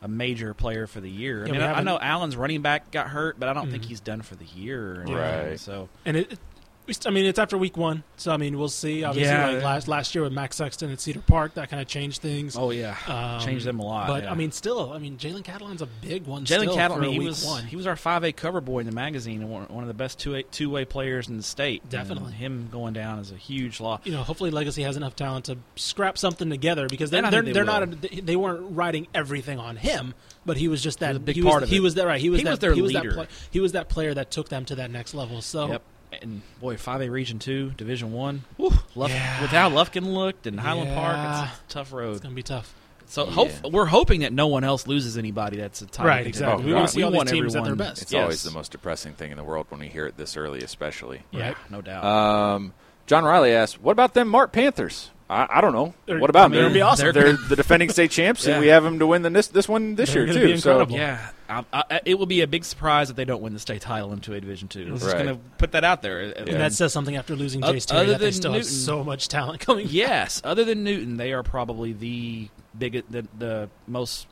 Speaker 3: a major player for the year.
Speaker 4: Yeah,
Speaker 3: I mean, I,
Speaker 4: we
Speaker 3: I
Speaker 4: haven't- Mm-hmm.
Speaker 3: know Allen's running back got hurt, but I don't think he's done for the year. Or
Speaker 5: Yeah.
Speaker 3: anything,
Speaker 5: Right.
Speaker 3: So
Speaker 4: And it, it- we st- I mean, it's after week one, so I mean, we'll see. Obviously,
Speaker 3: Yeah.
Speaker 4: like last last year with Max Sexton at Cedar Park, that kind of changed things.
Speaker 3: oh yeah,
Speaker 4: Um,
Speaker 3: changed them a lot.
Speaker 4: But
Speaker 3: yeah.
Speaker 4: I mean, still, I mean, Jalen Catalan's a big one.
Speaker 3: Jalen
Speaker 4: still
Speaker 3: Cattle, I
Speaker 4: for
Speaker 3: mean, he
Speaker 4: week
Speaker 3: was
Speaker 4: one.
Speaker 3: he was our five A cover boy in the magazine and one, one of the best two two way players in the state.
Speaker 4: Definitely.
Speaker 3: and him going down is a huge loss.
Speaker 4: you know, hopefully Legacy has enough talent to scrap something together because they're
Speaker 3: And I
Speaker 4: they're,
Speaker 3: think
Speaker 4: they are
Speaker 3: they
Speaker 4: not
Speaker 3: will.
Speaker 4: a, they weren't riding everything on him, but he was just that
Speaker 3: was a big
Speaker 4: he was,
Speaker 3: part of
Speaker 4: he
Speaker 3: it.
Speaker 4: was that right. He was
Speaker 3: He
Speaker 4: that,
Speaker 3: was their
Speaker 4: he was
Speaker 3: leader.
Speaker 4: That pla- he was that player that took them to that next level. So
Speaker 3: Yep. And boy, five A Region Two, Division One. Luf-
Speaker 4: Yeah.
Speaker 3: With how Lufkin looked and Highland Park,
Speaker 4: Yeah.
Speaker 3: it's, a tough road.
Speaker 4: it's gonna be tough.
Speaker 3: So hope, we're hoping that no one else loses anybody. That's a title
Speaker 4: Right,
Speaker 3: contender.
Speaker 4: exactly.
Speaker 5: We wanna
Speaker 4: see all these
Speaker 3: want
Speaker 4: teams at their
Speaker 3: everyone-
Speaker 4: best.
Speaker 5: It's
Speaker 3: Yes.
Speaker 5: always the most depressing thing in the world when we hear it this early, especially.
Speaker 3: Yeah,
Speaker 4: Right.
Speaker 3: no doubt.
Speaker 5: Um, John Riley asked, "What about them Mart Panthers?" I, I don't know.
Speaker 4: They're-
Speaker 5: what about
Speaker 4: I mean,
Speaker 5: them?
Speaker 4: it'd be
Speaker 3: awesome.
Speaker 5: They're the defending state champs,
Speaker 3: Yeah.
Speaker 5: and we have them to win the, this this one this
Speaker 4: They're
Speaker 5: year
Speaker 4: gonna be
Speaker 5: too. So
Speaker 4: incredible.
Speaker 3: yeah, I, I, it will be a big surprise if they don't win the state title in two A Division Two. I'm just
Speaker 5: Right.
Speaker 3: going to put that out there.
Speaker 5: Yeah.
Speaker 4: And that says something after losing
Speaker 3: Oth-
Speaker 4: Jace Terry
Speaker 3: other
Speaker 4: that they
Speaker 3: than
Speaker 4: still
Speaker 3: Newton.
Speaker 4: have so much talent coming.
Speaker 3: yes, other than Newton, they are probably the biggest, the, the most,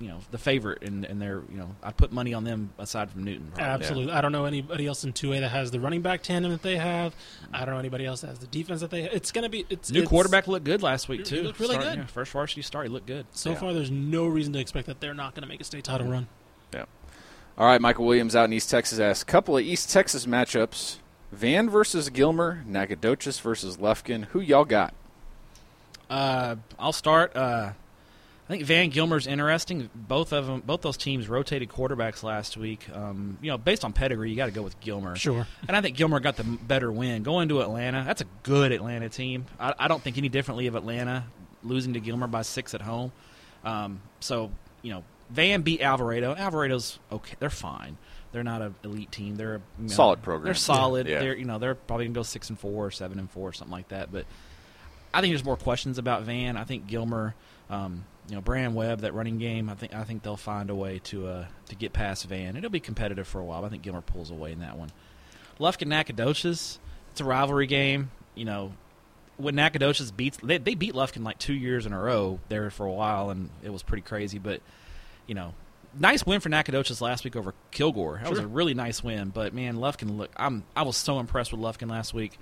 Speaker 3: you know, the favorite in, in their, you know, I put money on them aside from Newton. Probably.
Speaker 4: Absolutely. I don't know anybody else in 2A that has the running back tandem that they have. I don't know anybody else that has the defense that they have. It's going to be it's
Speaker 3: New
Speaker 4: it's-
Speaker 3: quarterback looked good last week too.
Speaker 4: He looked really
Speaker 3: Starting-
Speaker 4: good.
Speaker 3: yeah, first varsity start, he looked good.
Speaker 4: So
Speaker 5: Yeah.
Speaker 4: far, there's no reason to expect that they're not going to make a state title run.
Speaker 5: All right, Michael Williams out in East Texas asked, couple of East Texas matchups: Van versus Gilmer, Nacogdoches versus Lufkin. Who y'all got?
Speaker 3: Uh, I'll start. Uh, I think Van Gilmer's interesting. Both of them, both those teams rotated quarterbacks last week. Um, you know, based on pedigree, you got to go with Gilmer.
Speaker 4: Sure.
Speaker 3: And I think Gilmer got the m- better win. Going to Atlanta, that's a good Atlanta team. I, I don't think any differently of Atlanta losing to Gilmer by six at home. Um, so, you know, Van beat Alvarado. Alvarado's okay. They're fine. They're not an elite team. They're a you know,
Speaker 5: Solid program.
Speaker 3: They're solid.
Speaker 5: Yeah.
Speaker 3: They're you know they're probably gonna go six and four or seven and four or something like that. But I think there's more questions about Van. I think Gilmer, um, you know, Brand Webb, that running game. I think I think they'll find a way to uh, to get past Van. It'll be competitive for a while. But I think Gilmer pulls away in that one. Lufkin Nacogdoches. It's a rivalry game. You know, when Nacogdoches beats they, they beat Lufkin like two years in a row there for a while, and it was pretty crazy. But you know, nice win for Nacogdoches last week over Kilgore. That was a really nice win. But man, Lufkin look, I'm I was so impressed with Lufkin last week.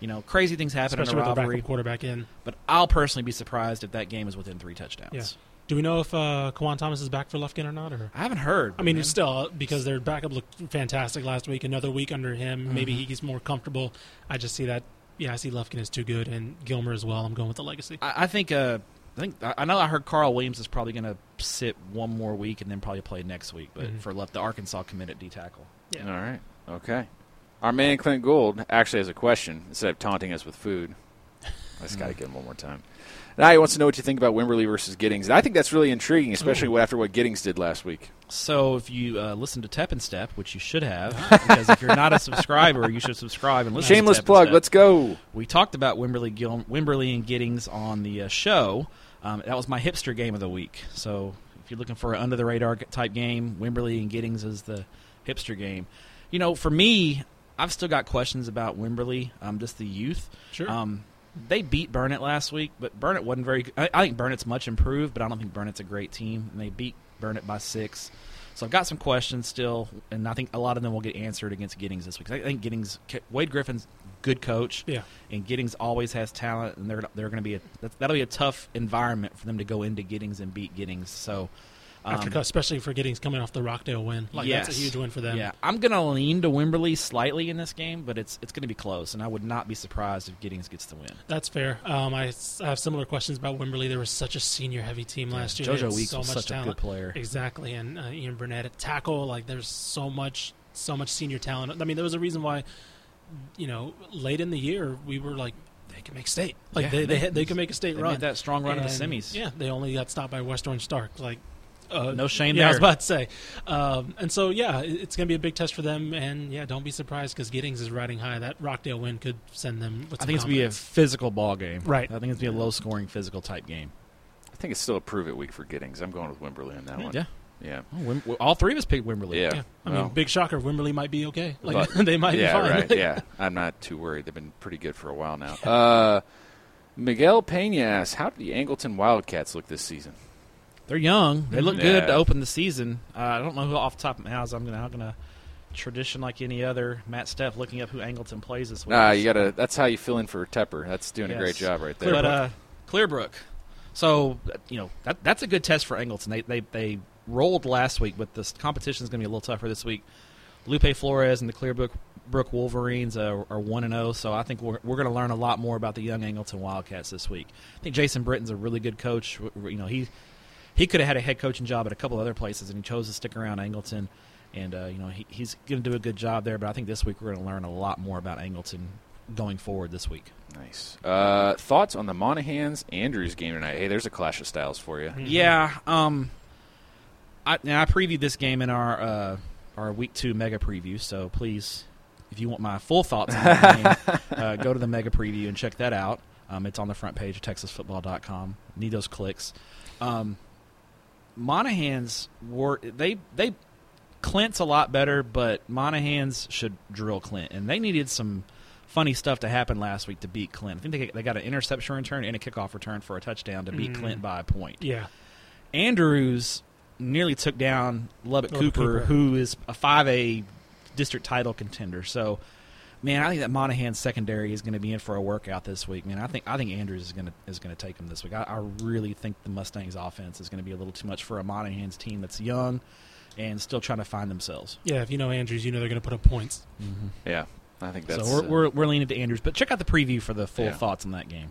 Speaker 3: You know, crazy things happen
Speaker 4: Especially
Speaker 3: in a
Speaker 4: with the
Speaker 3: rivalry.
Speaker 4: backup quarterback in.
Speaker 3: But I'll personally be surprised if that game is within three touchdowns.
Speaker 4: Yeah. Do we know if uh, Kawan Thomas is back for Lufkin or not? Or
Speaker 3: I haven't heard.
Speaker 4: I mean,
Speaker 3: man.
Speaker 4: it's still because their backup looked fantastic last week. Another week under him,
Speaker 3: Mm-hmm.
Speaker 4: maybe he gets more comfortable. I just see that. Yeah, I see Lufkin is too good, and Gilmer as well. I'm going with the legacy.
Speaker 3: I, I think. Uh, I think I I know. I heard Carl Williams is probably going to sit one more week and then probably play next week. But for left, the Arkansas committed D tackle.
Speaker 4: Yeah.
Speaker 5: All right, okay. Our man Clint Gould actually has a question instead of taunting us with food. I just got to get him one more time. Now he wants to know what you think about Wimberley versus Giddings, and I think that's really intriguing,
Speaker 4: Oh.
Speaker 5: especially what after what Giddings did last week.
Speaker 3: So if you uh, listen to Tep and Step, which you should have, because if you're not a subscriber, you should subscribe and listen. to
Speaker 5: Shameless
Speaker 3: Tep and
Speaker 5: plug.
Speaker 3: Step.
Speaker 5: Let's go.
Speaker 3: we talked about Wimberley, Gil- Wimberley and Giddings on the uh, show. Um, that was my hipster game of the week. So if you're looking for an under the radar type game, Wimberley and Giddings is the hipster game. You know, for me, I've still got questions about Wimberley, um, just the youth.
Speaker 4: Sure.
Speaker 3: Um, they beat Burnett last week, but Burnett wasn't very. I, I think Burnett's much improved, but I don't think Burnett's a great team. And they beat Burnett by six. So I've got some questions still, and I think a lot of them will get answered against Giddings this week. I think Giddings, Wade Griffin's good coach
Speaker 4: Yeah.
Speaker 3: and Giddings always has talent, and they're they're going to be a that's, that'll be a tough environment for them to go into Giddings and beat Giddings. So, um,
Speaker 4: After, especially for Giddings coming off the Rockdale win, like that's a huge win for them.
Speaker 3: Yeah, I'm going to lean to Wimberley slightly in this game, but it's it's going to be close, and I would not be surprised if Giddings gets the win.
Speaker 4: That's fair. Um, I, s- I have similar questions about Wimberley. They were such a senior heavy team last year. They
Speaker 3: JoJo
Speaker 4: had
Speaker 3: Weeks
Speaker 4: so
Speaker 3: was
Speaker 4: much
Speaker 3: such a good
Speaker 4: talent.
Speaker 3: player.
Speaker 4: Exactly, and uh, Ian Burnett at tackle. Like there's so much, so much senior talent. I mean, there was a reason why, you know, late in the year we were like they can make state. Like
Speaker 3: Yeah,
Speaker 4: they they,
Speaker 3: they-
Speaker 4: had- they can make a state
Speaker 3: They
Speaker 4: run.
Speaker 3: made that strong run in the
Speaker 4: And,
Speaker 3: semis.
Speaker 4: Yeah, they only got stopped by West Orange Stark. Like uh,
Speaker 3: No shame
Speaker 4: yeah, I was
Speaker 3: there.
Speaker 4: about to say. Um, and so yeah, it- it's going to be a big test for them. And yeah, don't be surprised because Giddings is riding high. That Rockdale win could send them. With
Speaker 3: I
Speaker 4: some
Speaker 3: think it's gonna be a
Speaker 4: confidence.
Speaker 3: physical ball game.
Speaker 4: Right.
Speaker 3: I think it's gonna be a low scoring physical type game.
Speaker 5: I think it's still a prove it week for Giddings. I'm going with Wimberly on that one.
Speaker 3: Yeah.
Speaker 5: Yeah.
Speaker 3: Oh, Wim- well, all three of us picked Wimberly.
Speaker 5: Yeah.
Speaker 4: Yeah, I
Speaker 5: well,
Speaker 4: mean, big shocker. Wimberley might be okay. Like
Speaker 5: But-
Speaker 4: they might
Speaker 5: yeah,
Speaker 4: be fine.
Speaker 5: right. yeah. I'm not too worried. They've been pretty good for a while now. Uh, Miguel Pena asks, how did the Angleton Wildcats look this season?
Speaker 3: They're young. They look
Speaker 5: Yeah.
Speaker 3: good to open the season. Uh, I don't know who off the top of my house. I'm gonna I'm gonna tradition like any other. Matt Steph looking up who Angleton plays this week.
Speaker 5: Nah, you gotta. That's how you fill in for Tepper. That's doing a
Speaker 3: Yes.
Speaker 5: great job right there.
Speaker 3: But uh, Clearbrook. So uh, you know that that's a good test for Angleton. They they they rolled last week, but this competition is going to be a little tougher this week. Lupe Flores and the Clearbrook Brook Wolverines uh, are one and zero, so I think we're we're going to learn a lot more about the young Angleton Wildcats this week. I think Jason Britton's a really good coach. W- w- You know he he could have had a head coaching job at a couple other places, and he chose to stick around Angleton. And uh, you know he, he's going to do a good job there, but I think this week we're going to learn a lot more about Angleton going forward this week.
Speaker 5: nice. Uh, thoughts on the Monahans Andrews game tonight? Hey, there's a clash of styles for you.
Speaker 3: Mm. Mm-hmm. Yeah. Um. I now I previewed this game in our uh, our week two mega preview. So please, if you want my full thoughts on the game, uh, go to the mega preview and check that out. Um, it's on the front page of TexasFootball.com. Need those clicks. Um, Monahan's were they they Clint's a lot better, but Monahan's should drill Clint, and they needed some funny stuff to happen last week to beat Clint. I think they, they got an interception return and a kickoff return for a touchdown to beat
Speaker 4: Mm.
Speaker 3: Clint by a point.
Speaker 4: Yeah.
Speaker 3: Andrews nearly took down Lubbock
Speaker 4: Lubbock
Speaker 3: Cooper,
Speaker 4: Cooper.
Speaker 3: who is a 5A district title contender. So, man, I think that Monahan secondary is going to be in for a workout this week. Man, I think I think Andrews is going to is going to take him this week. I, I really think the Mustangs offense is going to be a little too much for a Monahan's team that's young and still trying to find themselves.
Speaker 4: Yeah, if you know Andrews, you know they're going to put up points.
Speaker 5: Yeah, I think that's.
Speaker 3: so we're,
Speaker 5: uh,
Speaker 3: we're we're leaning to Andrews, but check out the preview for the full
Speaker 5: Yeah.
Speaker 3: thoughts on that game.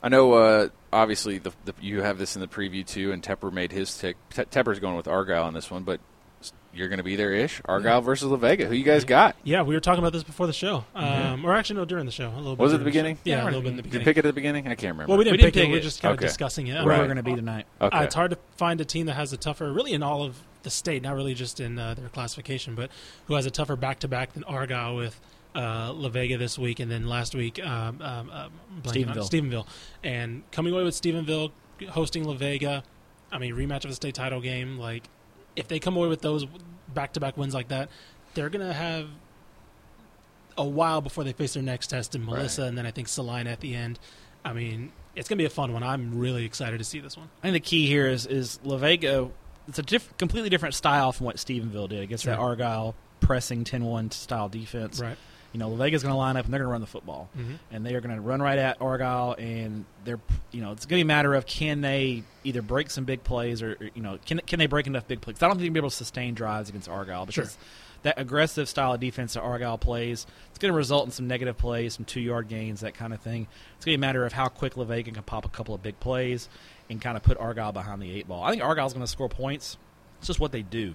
Speaker 5: I know. Uh, obviously, the, the, you have this in the preview too, and Tepper made his tick. Te- Tepper's going with Argyle on this one, but s- you're going to be there ish. Argyle versus La Vega. Who you guys got?
Speaker 4: Yeah, we were talking about this before the show, um, or actually no, during the show. A little bit
Speaker 5: Mm-hmm. Was it the
Speaker 4: during
Speaker 5: beginning?
Speaker 4: show. Yeah,
Speaker 3: Yeah,
Speaker 4: a little
Speaker 3: right.
Speaker 4: bit in the
Speaker 5: Did you
Speaker 4: beginning.
Speaker 5: pick it at the beginning? I can't remember.
Speaker 4: well, we didn't,
Speaker 3: We didn't
Speaker 4: pick, it.
Speaker 3: pick
Speaker 4: We
Speaker 3: it.
Speaker 4: are just kind
Speaker 5: Okay.
Speaker 4: of discussing it.
Speaker 3: Where
Speaker 5: Right.
Speaker 3: we're going to be tonight.
Speaker 5: okay.
Speaker 4: Uh, it's hard to find a team that has a tougher, really in all of the state, not really just in uh, their classification, but who has a tougher back-to-back than Argyle with uh, La Vega this week, and then last week um, um, um, blanking on-
Speaker 3: Stephenville.
Speaker 4: Stephenville, and coming away with Stephenville hosting La Vega. I mean, rematch of the state title game. Like, if they come away with those back-to-back wins like that, they're gonna have a while before they face their next test in Melissa, and then I think Salina at the end. I mean, it's gonna be a fun one. I'm really excited to see this one.
Speaker 3: I think the key here is is La Vega. It's a diff- completely different style from what Stephenville did against that
Speaker 4: Sure.
Speaker 3: Argyle pressing 10-1 style defense.
Speaker 4: Right.
Speaker 3: You know, La Vega's going to line up and they're going to run the football,
Speaker 4: Mhm.
Speaker 3: and they are going to run right at Argyle. And they're you know it's going to be a matter of can they either break some big plays or or, you know can can they break enough big plays? 'Cause I don't think they're going to be able to sustain drives against Argyle because. That aggressive style of defense that Argyle plays, it's going to result in some negative plays, some two-yard gains, that kind of thing. It's going to be a matter of how quick LeVega can pop a couple of big plays and kind of put Argyle behind the eight ball. I think Argyle's going to score points. It's just what they do.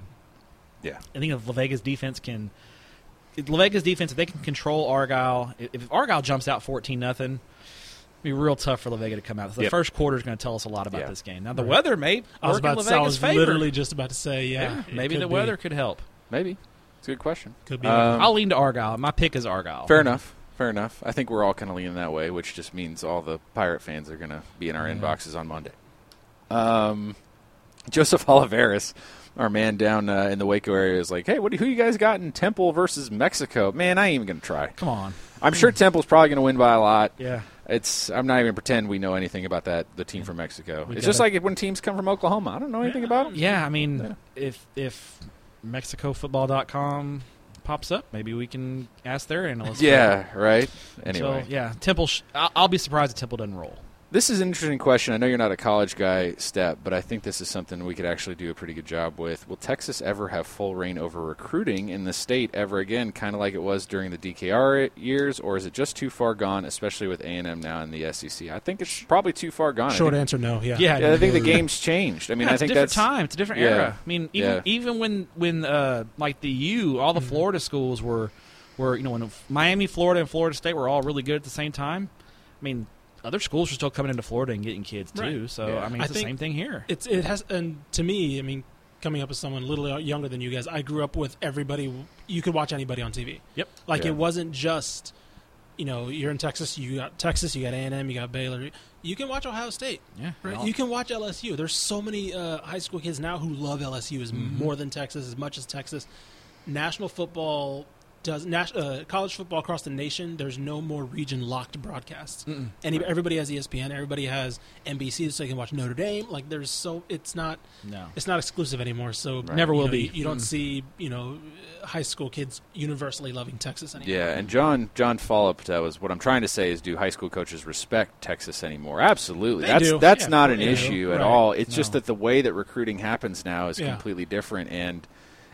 Speaker 5: Yeah.
Speaker 3: I think if LaVega's defense can if LaVega's defense, if they can control Argyle, if- if Argyle jumps out 14 nothing, it'd be real tough for LaVega to come out. So the
Speaker 5: Yep.
Speaker 3: first quarter is going to tell us a lot about
Speaker 5: Yeah.
Speaker 3: this game. Now the weather may work
Speaker 4: I was
Speaker 3: in
Speaker 4: about to say, I
Speaker 3: LaVega's
Speaker 4: was
Speaker 3: favor.
Speaker 4: literally just about to say, yeah,
Speaker 3: yeah,
Speaker 4: it
Speaker 3: maybe
Speaker 4: could
Speaker 3: the
Speaker 4: be. Uh,
Speaker 3: weather could help.
Speaker 5: Maybe. It's a good question.
Speaker 4: Could be.
Speaker 5: Um,
Speaker 3: I'll lean to Argyle. My pick is Argyle.
Speaker 5: Fair enough. Fair enough. I think we're all kind of leaning that way, which just means all the pirate fans are going to be in our inboxes on Monday. Um, Joseph Oliveris, our man down uh, in the Waco area, is like, "Hey, what? do- Who you guys got in Temple versus Mexico? Man, I ain't even going to try.
Speaker 3: Come on.
Speaker 5: I'm sure Temple's probably going to win by a lot.
Speaker 3: Hmm. Yeah.
Speaker 5: It's. I'm not even gonna pretend we know anything about that. The team from Mexico.
Speaker 3: We
Speaker 5: it's just
Speaker 3: gotta-
Speaker 5: like when teams come from Oklahoma. I don't know anything about 'em. about them.
Speaker 3: Yeah, I mean,
Speaker 5: Yeah.
Speaker 3: if if MexicoFootball.com pops up, maybe we can ask their analyst.
Speaker 5: Yeah. Right.
Speaker 3: So,
Speaker 5: Anyway.
Speaker 3: yeah, Temple. Sh- I'll, I'll be surprised if Temple doesn't roll.
Speaker 5: This is an interesting question. I know you're not a college guy, Step, but I think this is something we could actually do a pretty good job with. Will Texas ever have full reign over recruiting in the state ever again, kind of like it was during the DKR years, or is it just too far gone, especially with A&M now in the SEC? I think it's probably too far gone.
Speaker 4: Short
Speaker 5: I think,
Speaker 4: answer, no. Yeah.
Speaker 3: Yeah,
Speaker 5: yeah, I think the game's changed. I mean,
Speaker 3: Yeah,
Speaker 5: I
Speaker 3: it's
Speaker 5: think
Speaker 3: a different
Speaker 5: that's
Speaker 3: time. It's a different
Speaker 5: yeah.
Speaker 3: era. I mean, even
Speaker 5: Yeah. Mm-hmm.
Speaker 3: even when when uh, like the U, all the Florida schools were were you know when Miami, Florida, and Florida State were all really good at the same time. I mean, other schools are still coming into Florida and getting kids too.
Speaker 4: Right.
Speaker 3: So
Speaker 5: Yeah.
Speaker 3: I mean,
Speaker 4: I
Speaker 3: it's the
Speaker 4: think-
Speaker 3: same thing here.
Speaker 4: It's it has and to me, I mean, coming up as someone a little younger than you guys, I grew up with everybody. You could watch anybody on TV.
Speaker 3: Yep.
Speaker 4: Like
Speaker 5: Yeah.
Speaker 4: it wasn't just, you know, you're in Texas. You got Texas. You got A and M. You got Baylor. You can watch Ohio State.
Speaker 3: Yeah.
Speaker 4: Right.
Speaker 3: No.
Speaker 4: You can watch LSU. There's so many uh, high school kids now who love LSU as
Speaker 3: Mm-hmm.
Speaker 4: more than Texas, as much as Texas. National football does nas- uh, college football across the nation. There's no more region locked broadcasts. Any, everybody has E ESPN. Everybody has NBC, so you can watch Notre Dame. Like there's so it's not
Speaker 3: No.
Speaker 4: it's not exclusive anymore. So
Speaker 3: Never
Speaker 4: you
Speaker 3: will
Speaker 4: know,
Speaker 3: be.
Speaker 4: You, you don't see you know high school kids universally loving Texas anymore.
Speaker 5: Yeah, and John John Follop, that was what I'm trying to say is do high school coaches respect Texas anymore? Absolutely.
Speaker 4: They
Speaker 5: that's
Speaker 4: do.
Speaker 5: that's
Speaker 4: Yeah,
Speaker 5: not an
Speaker 4: they do.
Speaker 5: issue at
Speaker 3: Right.
Speaker 5: all. It's
Speaker 3: No.
Speaker 5: just that the way that recruiting happens now is
Speaker 4: Yeah.
Speaker 5: completely different and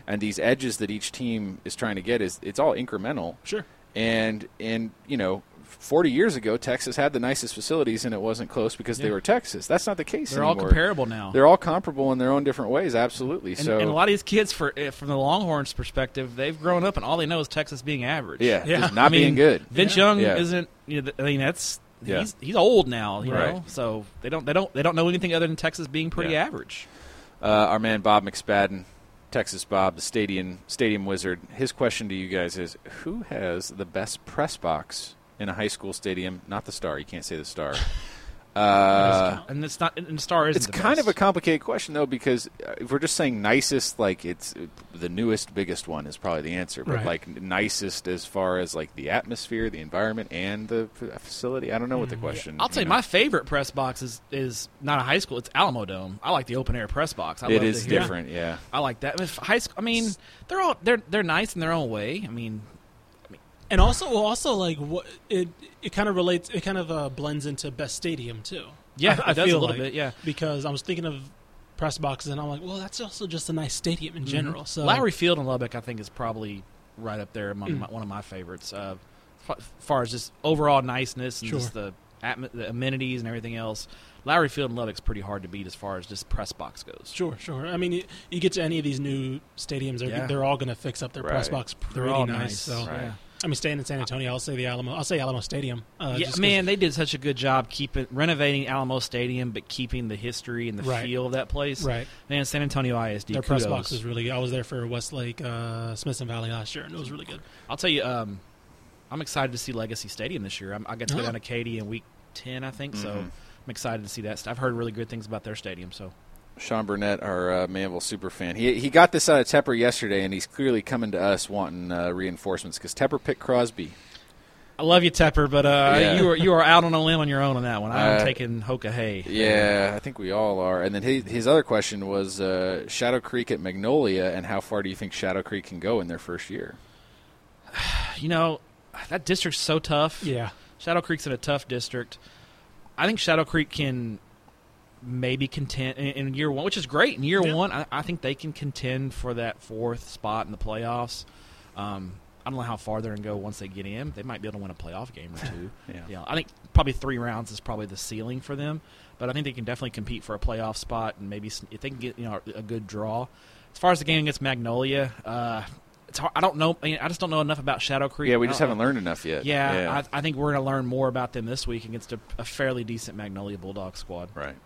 Speaker 5: and these edges that each team is trying to get is it's all incremental.
Speaker 4: Sure.
Speaker 5: And and you know, 40 years ago Texas had the nicest facilities and it wasn't close because they
Speaker 3: Yeah.
Speaker 5: were Texas. That's not the case
Speaker 3: They're all
Speaker 5: anymore.
Speaker 3: comparable now.
Speaker 5: They're all comparable in their own different ways, absolutely.
Speaker 3: and,
Speaker 5: so
Speaker 3: and a lot of these kids, for eh, from the Longhorns' perspective, they've grown up and all they know is Texas being average.
Speaker 5: yeah,
Speaker 4: Yeah.
Speaker 5: just not
Speaker 3: I mean,
Speaker 5: being good.
Speaker 3: Vince
Speaker 4: Yeah.
Speaker 3: Young
Speaker 5: Yeah.
Speaker 3: isn't. You know, th- I mean, that's
Speaker 5: Yeah.
Speaker 3: he's he's old now. You know,
Speaker 5: Right.
Speaker 3: so they don't they don't they don't know anything other than Texas being pretty
Speaker 5: Yeah.
Speaker 3: average.
Speaker 5: Uh, our man Bob McSpadden, Texas Bob, the stadium stadium wizard. His question to you guys is: Who has the best press box in a high school stadium? Not the star. You can't say the star. Uh,
Speaker 3: and it's not. And the star is.
Speaker 5: it's kind of a complicated question though, because uh, if we're just saying nicest, like it's uh, the newest, biggest one is probably the answer. But
Speaker 4: Right.
Speaker 5: like nicest as far as like the atmosphere, the environment, and the f- facility. I don't know what the question.
Speaker 3: Mm, I'll tell you,
Speaker 5: know.
Speaker 3: my favorite press box is is not a high school. It's Alamo Dome. I like the open air press box. I
Speaker 5: It
Speaker 3: love
Speaker 5: is
Speaker 3: to hear-
Speaker 5: different. Yeah.
Speaker 3: I like that. If high school. I mean, they're all they're they're nice in their own way. I mean,
Speaker 4: And also, well, also like what it it kind of relates. It kind of uh, blends into best stadium too.
Speaker 3: Yeah,
Speaker 4: I, I
Speaker 3: it does a
Speaker 4: feel
Speaker 3: little
Speaker 4: like,
Speaker 3: bit, yeah.
Speaker 4: because I was thinking of press boxes, and I'm like, well, that's also just a nice stadium in general. So
Speaker 3: Mm-hmm. Lowry Field in Lubbock, I think, is probably right up there among my, one of my favorites. Uh, f- as far as just overall niceness and
Speaker 4: Sure.
Speaker 3: just the, atmo- the amenities and everything else, Lowry Field in Lubbock's pretty hard to beat as far as just press box goes.
Speaker 4: sure, sure. I mean, you, you get to any of these new stadiums, they're
Speaker 3: Yeah.
Speaker 4: they're all going to fix up their press
Speaker 5: Right.
Speaker 4: box.
Speaker 3: They're
Speaker 4: pretty
Speaker 3: all nice,
Speaker 4: nice. So
Speaker 3: right.
Speaker 4: I mean, staying in San Antonio, I'll say the Alamo. I'll say Alamo Stadium. Uh,
Speaker 3: yeah,
Speaker 4: just 'cause-
Speaker 3: man, they did such a good job keeping renovating Alamo Stadium, but keeping the history and the
Speaker 4: Right.
Speaker 3: feel of that place.
Speaker 4: Right.
Speaker 3: Man, San Antonio ISD.
Speaker 4: Their
Speaker 3: kudos.
Speaker 4: press box is really. good. I was there for Westlake uh, Smithson Valley last year, and it was really good.
Speaker 3: I'll tell you, um, I'm excited to see Legacy Stadium this year. I'm, I got to go
Speaker 4: Yeah.
Speaker 3: down to Katy in week ten, I think.
Speaker 5: Mm-hmm.
Speaker 3: So I'm excited to see that. I've heard really good things about their stadium. So
Speaker 5: Sean Burnett, our uh, Manville super fan, he he got this out of Tepper yesterday, and he's clearly coming to us wanting uh, reinforcements because Tepper picked Crosby.
Speaker 3: I love you, Tepper, but uh,
Speaker 5: Yeah.
Speaker 3: you are you are out on a limb on your own on that one. I'm
Speaker 5: Uh,
Speaker 3: taking Hoka Hay.
Speaker 5: Yeah, I think we all are. And then his, his other question was uh, Shadow Creek at Magnolia, and how far do you think Shadow Creek can go in their first year?
Speaker 3: You know that district's so tough.
Speaker 4: Yeah,
Speaker 3: Shadow Creek's in a tough district. I think Shadow Creek can maybe contend in, in year one, which is great. In year
Speaker 4: Yeah.
Speaker 3: one, I, I think they can contend for that fourth spot in the playoffs. Um, I don't know how far they're going to go once they get in. They might be able to win a playoff game or two.
Speaker 5: Yeah.
Speaker 3: I think probably three rounds is probably the ceiling for them, but I think they can definitely compete for a playoff spot and maybe s- if they can get you know a good draw. As far as the game against Magnolia, uh, it's hard, I don't know. I, mean, I just don't know enough about Shadow Creek.
Speaker 5: Yeah, we
Speaker 3: I
Speaker 5: just
Speaker 3: don't-
Speaker 5: haven't learned enough yet.
Speaker 3: Uh, yeah, I, I think we're going to learn more about them this week against a, a fairly decent Magnolia Bulldog squad.
Speaker 5: right.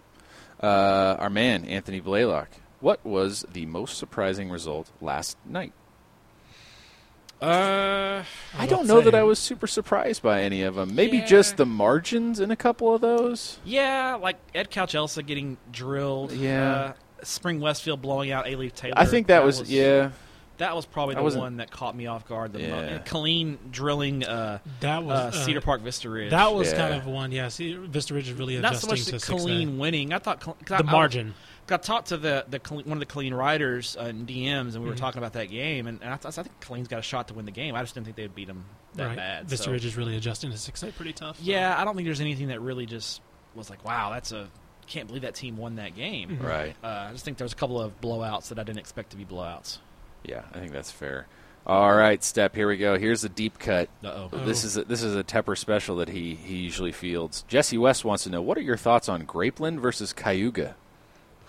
Speaker 5: Uh, our man Anthony Blaylock. What was the most surprising result last night?
Speaker 3: Uh,
Speaker 5: I
Speaker 4: I'd
Speaker 5: don't
Speaker 4: say-
Speaker 5: know that I was super surprised by any of them. Maybe
Speaker 3: Yeah.
Speaker 5: just the margins in a couple of those.
Speaker 3: yeah, like Ed Couchelsa getting drilled.
Speaker 5: Yeah.
Speaker 3: uh, Spring Westfield blowing out A. Leaf Taylor.
Speaker 5: I think that, was, yeah.
Speaker 3: That was probably
Speaker 5: I
Speaker 3: the
Speaker 5: wasn't-
Speaker 3: one that caught me off guard. The
Speaker 5: Yeah.
Speaker 3: mo- and Colleen drilling uh,
Speaker 4: that was
Speaker 3: uh, Cedar
Speaker 4: uh,
Speaker 3: Park Vista Ridge.
Speaker 4: That was
Speaker 5: Yeah.
Speaker 4: kind of one, yeah. See, Vista Ridge is really
Speaker 3: not so
Speaker 4: adjusting
Speaker 3: much the
Speaker 4: to six
Speaker 3: Colleen winning. I thought Col- 'cause
Speaker 4: The
Speaker 3: I- I-
Speaker 4: margin.
Speaker 3: I talked to the, the Colleen- one of the Colleen riders uh, in DMs, and we were
Speaker 4: Mm-hmm.
Speaker 3: talking about that game, and, and I, th- I think Colleen's got a shot to win the game. I just didn't think they would beat him that
Speaker 4: right.
Speaker 3: bad.
Speaker 4: Vista
Speaker 3: so.
Speaker 4: Ridge is really adjusting to six eight pretty tough.
Speaker 3: Yeah, I don't think there's anything that really just was like, wow, that's a can't believe that team won that game.
Speaker 5: Right.
Speaker 3: Uh, I just think there was a couple of blowouts that I didn't expect to be blowouts.
Speaker 5: Yeah, I think that's fair. All right, step. Here we go. Here's the deep cut.
Speaker 3: Uh oh.
Speaker 5: This is a, this is a Tepper special that he he usually fields. Jesse West wants to know what are your thoughts on Grapeland versus Cayuga?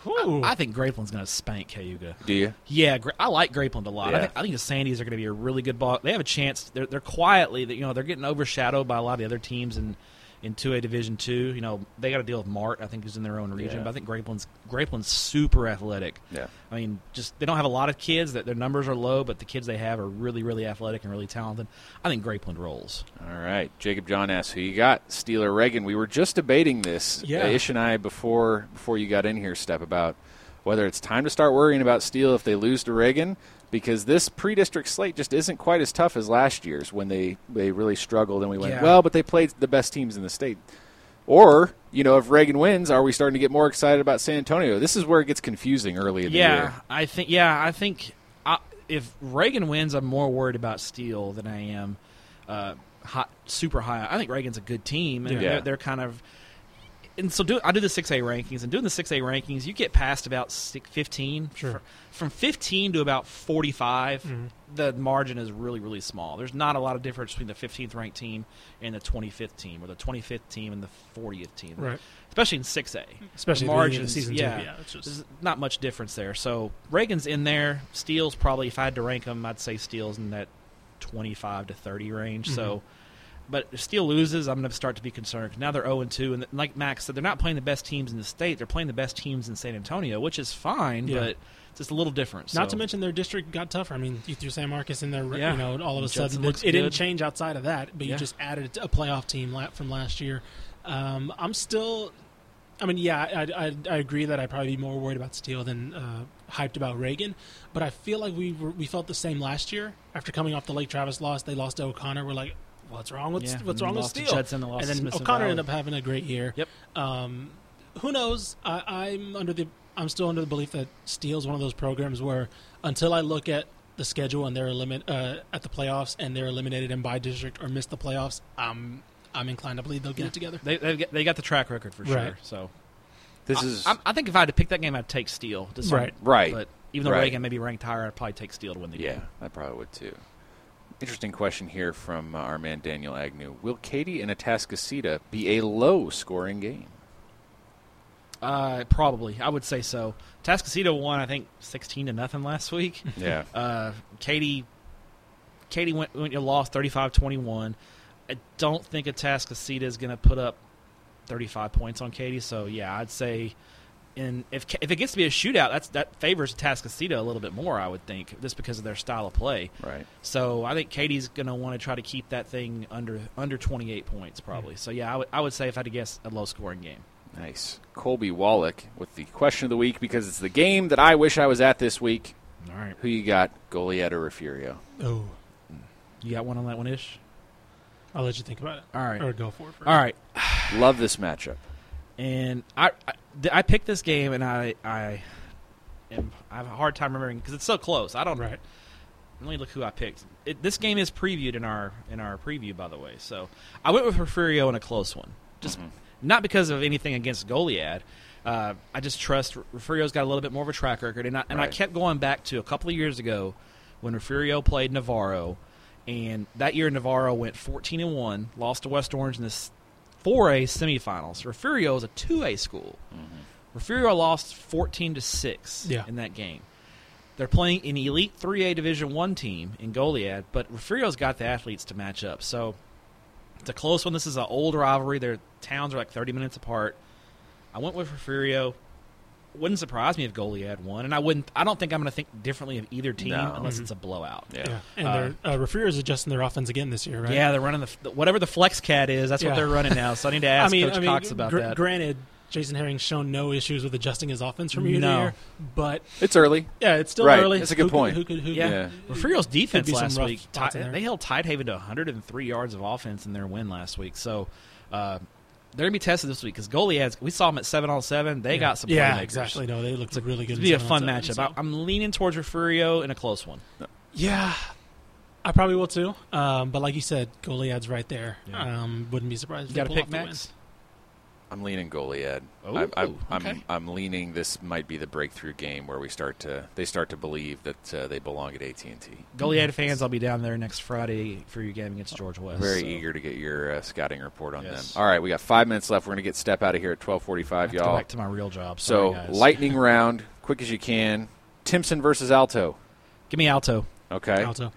Speaker 4: Ooh.
Speaker 3: I think Grapeland's going to spank Cayuga.
Speaker 5: Do you?
Speaker 3: Yeah, Gra- I like Grapeland a lot. I,
Speaker 5: Yeah.
Speaker 3: think, I think the Sandys are going to be a really good ball. They have a chance. They're, they're quietly that you know they're getting overshadowed by a lot of the other teams in in 2A Division 2. You know, they got to deal with Mart, I think, who's in their own region.
Speaker 5: Yeah.
Speaker 3: But I think Grapeland's, Grapeland's super athletic.
Speaker 5: Yeah.
Speaker 3: I mean, just they don't have a lot of kids. That Their numbers are low, but the kids they have are really, really athletic and really talented. I think Grapeland rolls.
Speaker 5: All right. Jacob John asks, "Who you got, Steeler Reagan?" We were just debating this, uh,
Speaker 4: Yeah.
Speaker 5: Ish and I, before before you got in here, Step, about whether it's time to start worrying about Steele if they lose to Reagan, because this pre-district slate just isn't quite as tough as last year's when they they really struggled and we went,
Speaker 3: Yeah.
Speaker 5: "Well, but they played the best teams in the state." Or you know, if Reagan wins, are we starting to get more excited about San Antonio? This is where it gets confusing early in the
Speaker 3: Yeah,
Speaker 5: year.
Speaker 3: I think. Yeah, I think. I, if Reagan wins, I'm more worried about Steele than I am uh, hot, super high. I think Reagan's a good team, and
Speaker 5: Yeah.
Speaker 3: they're, they're kind of. And so do I do the six A rankings, and doing the six A rankings, you get past about six, 15.
Speaker 4: Sure. Mm-hmm.
Speaker 3: Fr- From fifteen to about forty the margin is really really small. There's not a lot of difference between the fifteenth ranked team and the twenty fifth team, or the twenty fifth team and the fortieth team,
Speaker 4: Right.
Speaker 3: Especially in six A,
Speaker 4: Especially at the beginning of the season, too.
Speaker 3: yeah,
Speaker 4: Yeah, it's just-
Speaker 3: there's not much difference there. So Reagan's in there. Steele's probably, if I had to rank them, I'd say Steele's in that 25 to 30 range. So,
Speaker 4: Mm-hmm.
Speaker 3: but if Steele loses, I'm going to start to be concerned. Now they're 0 and 2, and like Max said, they're not playing the best teams in the state. They're playing the best teams in San Antonio, which is fine,
Speaker 4: Yeah.
Speaker 3: but it's just a little different.
Speaker 4: Not
Speaker 3: So-
Speaker 4: to mention their district got tougher. I mean, you threw San Marcos in there,
Speaker 3: Yeah.
Speaker 4: you know, and all of a
Speaker 3: Judson
Speaker 4: sudden
Speaker 3: looks
Speaker 4: it, it
Speaker 3: good.
Speaker 4: didn't change outside of that, but you
Speaker 3: Yeah.
Speaker 4: just added a playoff team la- from last year. Um, I'm still, I mean, yeah, I, I, I agree that I'd probably be more worried about Steele than uh, hyped about Reagan, but I feel like we were, we felt the same last year after coming off the Lake Travis loss. They lost to O'Connor. We're like, what's wrong with
Speaker 3: Yeah, and
Speaker 4: what's
Speaker 3: they
Speaker 4: wrong with
Speaker 3: lost to
Speaker 4: Steele?
Speaker 3: Judson, they lost to
Speaker 4: and then
Speaker 3: Smithson
Speaker 4: O'Connor
Speaker 3: Valley.
Speaker 4: ended up having a great year.
Speaker 3: Yep.
Speaker 4: Um, who knows? I, I'm under the I'm still under the belief that Steele's one of those programs where until I look at the schedule and they're elimin- uh, at the playoffs and they're eliminated in by district or miss the playoffs, I'm I'm inclined to believe they'll get it together.
Speaker 3: They, they've got, they got the track record for
Speaker 4: Right.
Speaker 3: sure. So
Speaker 5: This
Speaker 3: I-
Speaker 5: is
Speaker 3: I, I think if I had to pick that game, I'd take Steele. This
Speaker 4: Right.
Speaker 3: one.
Speaker 5: right.
Speaker 3: But even though
Speaker 5: Right.
Speaker 3: Reagan may be ranked higher, I'd probably take Steele to win the
Speaker 5: Yeah,
Speaker 3: game.
Speaker 5: I probably would too. Interesting question here from uh, our man Daniel Agnew. Will Katy and Atascocita be a low-scoring game?
Speaker 3: Uh, probably, I would say so. Tascasito won, I think, sixteen to nothing last week.
Speaker 5: Yeah,
Speaker 3: Uh, Katie, Katie went went you lost 35-21. I don't think Atascocita is going to put up thirty five points on Katie. So yeah, I'd say, and if Ca- if it gets to be a shootout, that's that favors Atascocita a little bit more. I would think just because of their style of play.
Speaker 5: right.
Speaker 3: So I think Katie's going to want to try to keep that thing under under twenty eight points probably. So yeah, I would I would say if I had to guess, a low scoring game.
Speaker 5: Nice. Colby Wallach with the question of the week because it's the game that I wish I was at this week.
Speaker 3: All right.
Speaker 5: Who you got, Golietta or Refurio?
Speaker 4: Oh,
Speaker 3: You got one on that one ish?
Speaker 4: I'll let you think about it.
Speaker 3: All right.
Speaker 4: or go for it. First.
Speaker 3: All right.
Speaker 5: Love this matchup.
Speaker 3: And I, I, th- I picked this game and I, I am, I have a hard time remembering because it's so close. I don't.
Speaker 4: Right.
Speaker 3: Let me look who I picked. It, this game is previewed in our in our preview, by the way. So I went with Porfirio in a close one, just not because of anything against Goliad. Uh, I just trust Refurio's got a little bit more of a track record, and I, and I
Speaker 5: Right.
Speaker 3: kept going back to a couple of years ago when Refurio played Navarro, and that year Navarro went fourteen and one, lost to West Orange in this four A semifinals. Refurio is a two A school. Refurio lost fourteen to six
Speaker 4: Yeah.
Speaker 3: in that game. They're playing an elite 3A Division One team in Goliad, but Refrio's got the athletes to match up. So it's a close one. This is an old rivalry. Their towns are like 30 minutes apart. I went with Refrio. Wouldn't surprise me if Goliad won, and I wouldn't. I don't think I'm going to think differently of either team
Speaker 5: No.
Speaker 3: unless it's a blowout.
Speaker 5: Yeah.
Speaker 4: Yeah, and their uh, Refriera's adjusting their offense again this year, right?
Speaker 3: Yeah, they're running the f- whatever the flex cat is. That's what
Speaker 4: Yeah.
Speaker 3: they're running now. So I need to ask
Speaker 4: I mean,
Speaker 3: Coach
Speaker 4: I mean,
Speaker 3: Cox about
Speaker 4: gr-
Speaker 3: that.
Speaker 4: Granted, Jason Herring's shown no issues with adjusting his offense from year
Speaker 3: No.
Speaker 4: to year, but
Speaker 5: It's early.
Speaker 4: yeah, it's still
Speaker 5: Right.
Speaker 4: early.
Speaker 5: That's a good
Speaker 4: Who could-
Speaker 5: point.
Speaker 4: who could? Who
Speaker 3: Yeah.
Speaker 4: could-
Speaker 5: Yeah.
Speaker 3: Refrio's defense
Speaker 4: be some
Speaker 3: last
Speaker 4: rough
Speaker 3: week,
Speaker 4: spots
Speaker 3: Ti-
Speaker 4: in there.
Speaker 3: they held Tidehaven to 103 yards of offense in their win last week. So uh, they're going to be tested this week because Goliad's, we saw them at 7 on 7. They got some
Speaker 4: Yeah,
Speaker 3: playmakers.
Speaker 4: exactly. No, they looked really good.
Speaker 3: It's going to
Speaker 4: in
Speaker 3: be a
Speaker 4: seven
Speaker 3: fun
Speaker 4: on
Speaker 3: matchup.
Speaker 4: seven, so-
Speaker 3: I, am leaning towards Refurio in a close one.
Speaker 4: Yeah, I probably will too. Um, but like you said, Goliad's right there.
Speaker 3: Yeah.
Speaker 4: Um, wouldn't be surprised.
Speaker 3: You
Speaker 4: if
Speaker 3: got
Speaker 4: to
Speaker 3: to pick Max?
Speaker 5: I'm leaning Goliad.
Speaker 3: Ooh,
Speaker 5: I, I, I'm
Speaker 3: Oh, okay.
Speaker 5: I'm leaning. This might be the breakthrough game where we start to they start to believe that uh, they belong at AT and T.
Speaker 3: Goliad fans, I'll be down there next Friday for your game against George West.
Speaker 5: Very
Speaker 3: so.
Speaker 5: eager to get your uh, scouting report on
Speaker 3: Yes.
Speaker 5: them. All right, we got five minutes left. We're going to get step out of here at twelve
Speaker 3: I
Speaker 5: forty-five,
Speaker 3: have to go
Speaker 5: y'all.
Speaker 3: back to my real job.
Speaker 5: so
Speaker 3: Sorry, guys.
Speaker 5: lightning round, quick as you can. Timpson versus Alto.
Speaker 3: Give me Alto.
Speaker 5: Okay.
Speaker 4: Alto.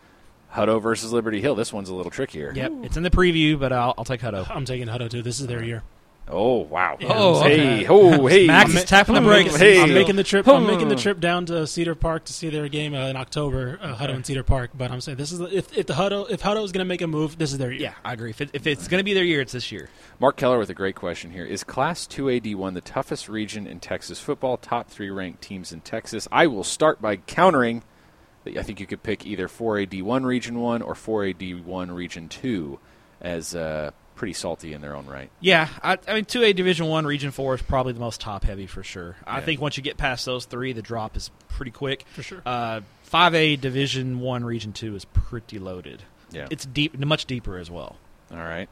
Speaker 5: Hutto versus Liberty Hill. This one's a little trickier.
Speaker 3: Yep, it's in the preview, but I'll, I'll take Hutto.
Speaker 4: I'm taking Hutto too. This is their year.
Speaker 5: Oh wow.
Speaker 3: Oh, okay.
Speaker 5: hey, oh hey.
Speaker 3: Max is tapping the
Speaker 4: I'm
Speaker 3: brakes.
Speaker 4: making, Hmm.
Speaker 5: Hey.
Speaker 4: I'm making the trip. I'm making the trip down to Cedar Park to see their game uh, in October. Uh, Hutto and Cedar Park. But I'm saying this is if if the Hutto if Hutto is going to make a move, this is their year.
Speaker 3: Yeah, I agree. If, it, if it's going to be their year, it's this year.
Speaker 5: Mark Keller with a great question here. Is Class 2AD1 the toughest region in Texas football? Top three ranked teams in Texas. I will start by countering that I think you could pick either 4AD1 Region 1 or 4AD1 Region 2 as uh, pretty salty in their own right.
Speaker 3: Yeah, I, I mean, two A Division One Region Four is probably the most top heavy for sure. I
Speaker 5: Yeah.
Speaker 3: think once you get past those three, the drop is pretty quick
Speaker 4: For sure.
Speaker 3: Uh, Five A Division One Region Two is pretty loaded.
Speaker 5: Yeah.
Speaker 3: it's deep, much deeper as well.
Speaker 5: All right.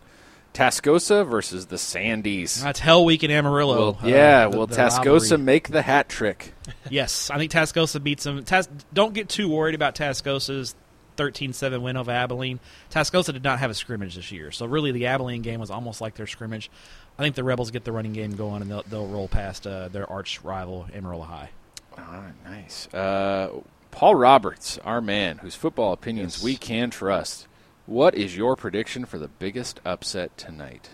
Speaker 5: Tascosa versus the Sandies.
Speaker 3: That's Hell Week in Amarillo.
Speaker 5: Will-
Speaker 3: uh,
Speaker 5: yeah,
Speaker 3: the-
Speaker 5: will
Speaker 3: the
Speaker 5: Tascosa
Speaker 3: rivalry.
Speaker 5: make the hat trick?
Speaker 3: Yes, I think Tascosa beats them. Tas- don't get too worried about Tascosa's 13-7 win over Abilene. Tascosa did not have a scrimmage this year, so really the Abilene game was almost like their scrimmage. I think the Rebels get the running game going, and they'll, they'll roll past uh, their arch rival Amarillo High.
Speaker 5: All right, nice. Uh, Paul Roberts, our man, whose football opinions we can trust. What is your prediction for the biggest upset tonight?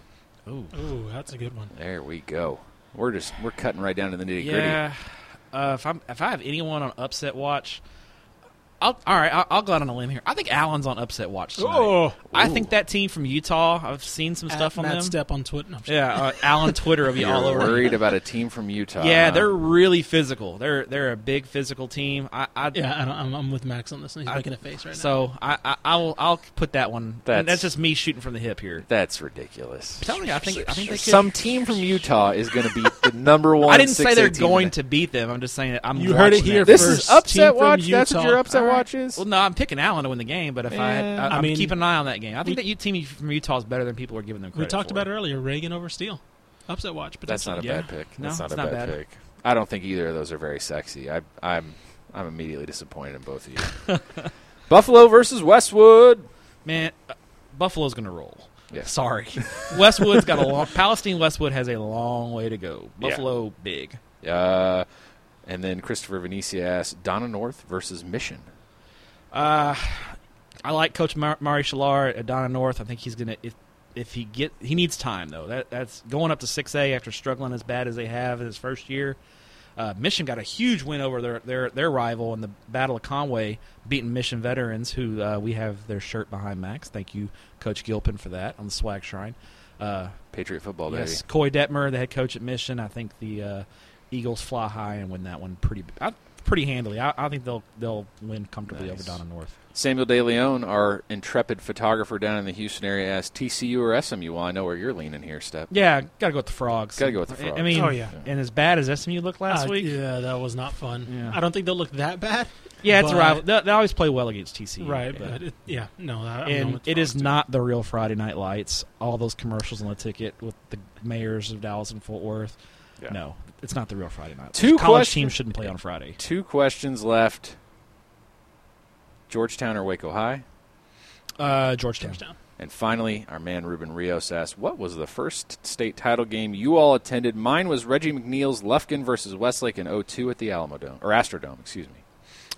Speaker 3: Ooh.
Speaker 4: Ooh, that's a good one.
Speaker 5: There we go. We're just we're cutting right down to the nitty gritty.
Speaker 3: Yeah, uh, if I'm if I have anyone on upset watch, I'll all right. I'll, I'll go out on a limb here. I think Allen's on upset watch tonight.
Speaker 4: Oh.
Speaker 3: I think that team from Utah. I've seen some stuff
Speaker 4: At
Speaker 3: on
Speaker 4: Matt
Speaker 3: them.
Speaker 4: Step on Twitter. No, I'm just-
Speaker 3: Yeah, uh, Allen Twitter will be
Speaker 5: You're
Speaker 3: all over. me.
Speaker 5: worried about a team from Utah.
Speaker 3: Yeah,
Speaker 5: huh?
Speaker 3: they're really physical. They're they're a big physical team. I, I
Speaker 4: yeah. I don't, I'm, I'm with Max on this. one. He's
Speaker 3: I-
Speaker 4: making a face right now.
Speaker 3: So I, I I'll I'll put that one. and
Speaker 5: That's-
Speaker 3: That's, just me shooting from the hip here.
Speaker 5: that's ridiculous.
Speaker 3: Tell me, I think I think they could.
Speaker 5: Some team from Utah is going to be the number one.
Speaker 3: I didn't say
Speaker 5: 6A
Speaker 3: they're
Speaker 5: team in
Speaker 3: going
Speaker 5: the-
Speaker 3: to beat them. I'm just saying that I'm.
Speaker 4: You heard it
Speaker 3: watching
Speaker 4: here
Speaker 3: that.
Speaker 5: This
Speaker 4: First
Speaker 5: is
Speaker 4: team
Speaker 5: upset
Speaker 4: from
Speaker 5: watch. That's what
Speaker 4: Utah.
Speaker 5: your upset
Speaker 4: All right.
Speaker 5: watch is.
Speaker 3: Well, no, I'm picking Allen to win the game, but if I, had,
Speaker 5: Yeah.
Speaker 3: I,
Speaker 4: I
Speaker 3: I'm
Speaker 4: mean-
Speaker 3: keeping an eye on that game. I think
Speaker 4: We-
Speaker 3: that you team from Utah is better than people are giving them
Speaker 4: we
Speaker 3: credit.
Speaker 4: talked
Speaker 3: for.
Speaker 4: about it earlier. Reagan over Steele. Upset watch.
Speaker 5: That's not a
Speaker 4: potentially.
Speaker 3: Yeah.
Speaker 5: bad pick.
Speaker 3: No,
Speaker 5: That's not
Speaker 3: it's
Speaker 5: a
Speaker 3: not
Speaker 5: bad,
Speaker 3: bad.
Speaker 5: pick. I don't think either of those are very sexy. I, I'm I'm immediately disappointed in both of you. Buffalo versus Westwood.
Speaker 3: Man, uh, Buffalo's going to roll.
Speaker 5: Yeah.
Speaker 3: Sorry, Westwood's got a long. Palestine Westwood has a long way to go.
Speaker 5: Yeah.
Speaker 3: Buffalo big.
Speaker 5: Uh, and then Christopher Venecia asks Donna North versus Mission.
Speaker 3: Uh, I like Coach Mar- Mari Shalar at Donna North. I think he's gonna if if he get he needs time though. That that's going up to six A after struggling as bad as they have in his first year. Uh, Mission got a huge win over their, their their rival in the Battle of Conway, beating Mission veterans who uh, we have their shirt behind Max. Thank you, Coach Gilpin, for that on the swag shrine. Uh,
Speaker 5: Patriot football, baby.
Speaker 3: yes, Coy Detmer, the head coach at Mission. I think the uh, Eagles fly high and win that one pretty I, pretty handily. I, I think they'll they'll win comfortably
Speaker 5: Nice.
Speaker 3: over Donna North.
Speaker 5: Samuel De Leon, our intrepid photographer down in the Houston area, asks TCU or SMU. Well, I know where you're leaning here, Step.
Speaker 3: Yeah, gotta go with the frogs.
Speaker 5: Gotta go with the
Speaker 3: I- I
Speaker 5: Frogs.
Speaker 3: mean,
Speaker 4: Oh, yeah.
Speaker 3: and as bad as SMU looked last
Speaker 4: Uh,
Speaker 3: week, yeah,
Speaker 4: Yeah, that was not fun.
Speaker 3: Yeah.
Speaker 4: I don't think they'll look that bad.
Speaker 3: it's a
Speaker 4: but-
Speaker 3: rival. They, they always play well against TCU,
Speaker 4: Right, but it, yeah, no, I, I'm going
Speaker 3: and
Speaker 4: with
Speaker 3: it is
Speaker 4: Frogs,
Speaker 3: not the real Friday Night Lights. All those commercials on the ticket with the mayors of Dallas and Fort Worth.
Speaker 5: Yeah.
Speaker 3: No, it's not the real Friday Night. Lights.
Speaker 5: Two
Speaker 3: college
Speaker 5: questions-
Speaker 3: teams shouldn't play on Friday.
Speaker 5: Two questions left. Georgetown or Waco High?
Speaker 3: Uh,
Speaker 4: too.
Speaker 3: Georgetown.
Speaker 4: touchdown.
Speaker 5: And finally, our man Ruben Rios asked, "What was the first state title game you all attended? Mine was Reggie McNeil's Lufkin versus Westlake in 02 at the Alamodome or Astrodome, excuse me.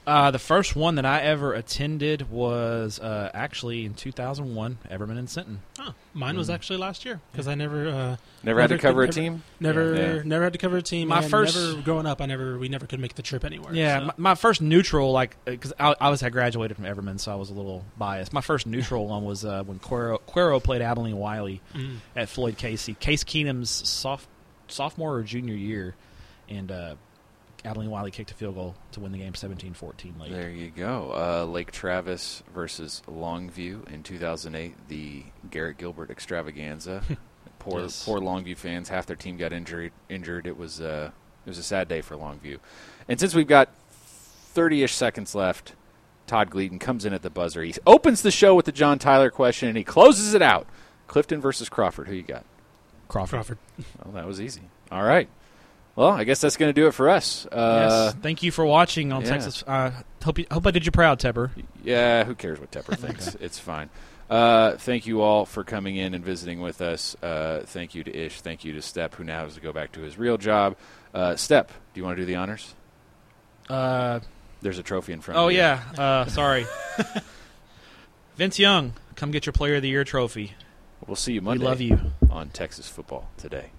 Speaker 3: Uh, the first one that I ever attended was uh, actually in 2001, Everman and Sinton.
Speaker 4: Huh. Mine
Speaker 3: Hmm.
Speaker 4: was actually last year because I never, uh,
Speaker 5: Never had to
Speaker 4: could-
Speaker 5: cover a
Speaker 4: never-
Speaker 5: team.
Speaker 4: never,
Speaker 5: Yeah.
Speaker 4: never had to cover a team.
Speaker 3: My
Speaker 4: and
Speaker 3: first-
Speaker 4: never, growing up, I never, we never could make the trip anywhere.
Speaker 3: Yeah,
Speaker 4: so.
Speaker 3: my, my first neutral, like, because I, I was I graduated from Everman, so I was a little biased. My first neutral one was uh, when Cuero, Cuero played Abilene Wiley
Speaker 4: Mm.
Speaker 3: at Floyd Casey, Case Keenum's soph, sophomore or junior year, and uh, Abilene Wiley kicked a field goal to win the game 17-14 late.
Speaker 5: There you go. Uh, Lake Travis versus Longview in 2008, the Garrett Gilbert extravaganza. poor
Speaker 3: Yes.
Speaker 5: poor Longview fans. Half their team got injured. Injured. It was uh, it was a sad day for Longview. And since we've got 30-ish seconds left, Todd Gleaton comes in at the buzzer. He opens the show with the John Tyler question, and he closes it out. Clifton versus Crawford. Who you got?
Speaker 3: Crawford.
Speaker 4: Crawford.
Speaker 5: Well, that was easy. All right. Well, I guess that's going to do it for us. Uh,
Speaker 3: yes, thank you for watching on
Speaker 5: yeah.
Speaker 3: Texas. Uh, hope you, hope I did you proud, Tepper.
Speaker 5: Yeah, who cares what Tepper thinks? It's fine. Uh, thank you all for coming in and visiting with us. Uh, thank you to Ish. Thank you to Step, who now has to go back to his real job. Uh, Step, do you want to do the honors?
Speaker 3: Uh,
Speaker 5: There's a trophy in front
Speaker 3: oh
Speaker 5: of you.
Speaker 3: yeah, uh, sorry. Vince Young, come get your Player of the Year trophy.
Speaker 5: We'll see you
Speaker 3: We
Speaker 5: Monday
Speaker 3: love you.
Speaker 5: on Texas Football Today.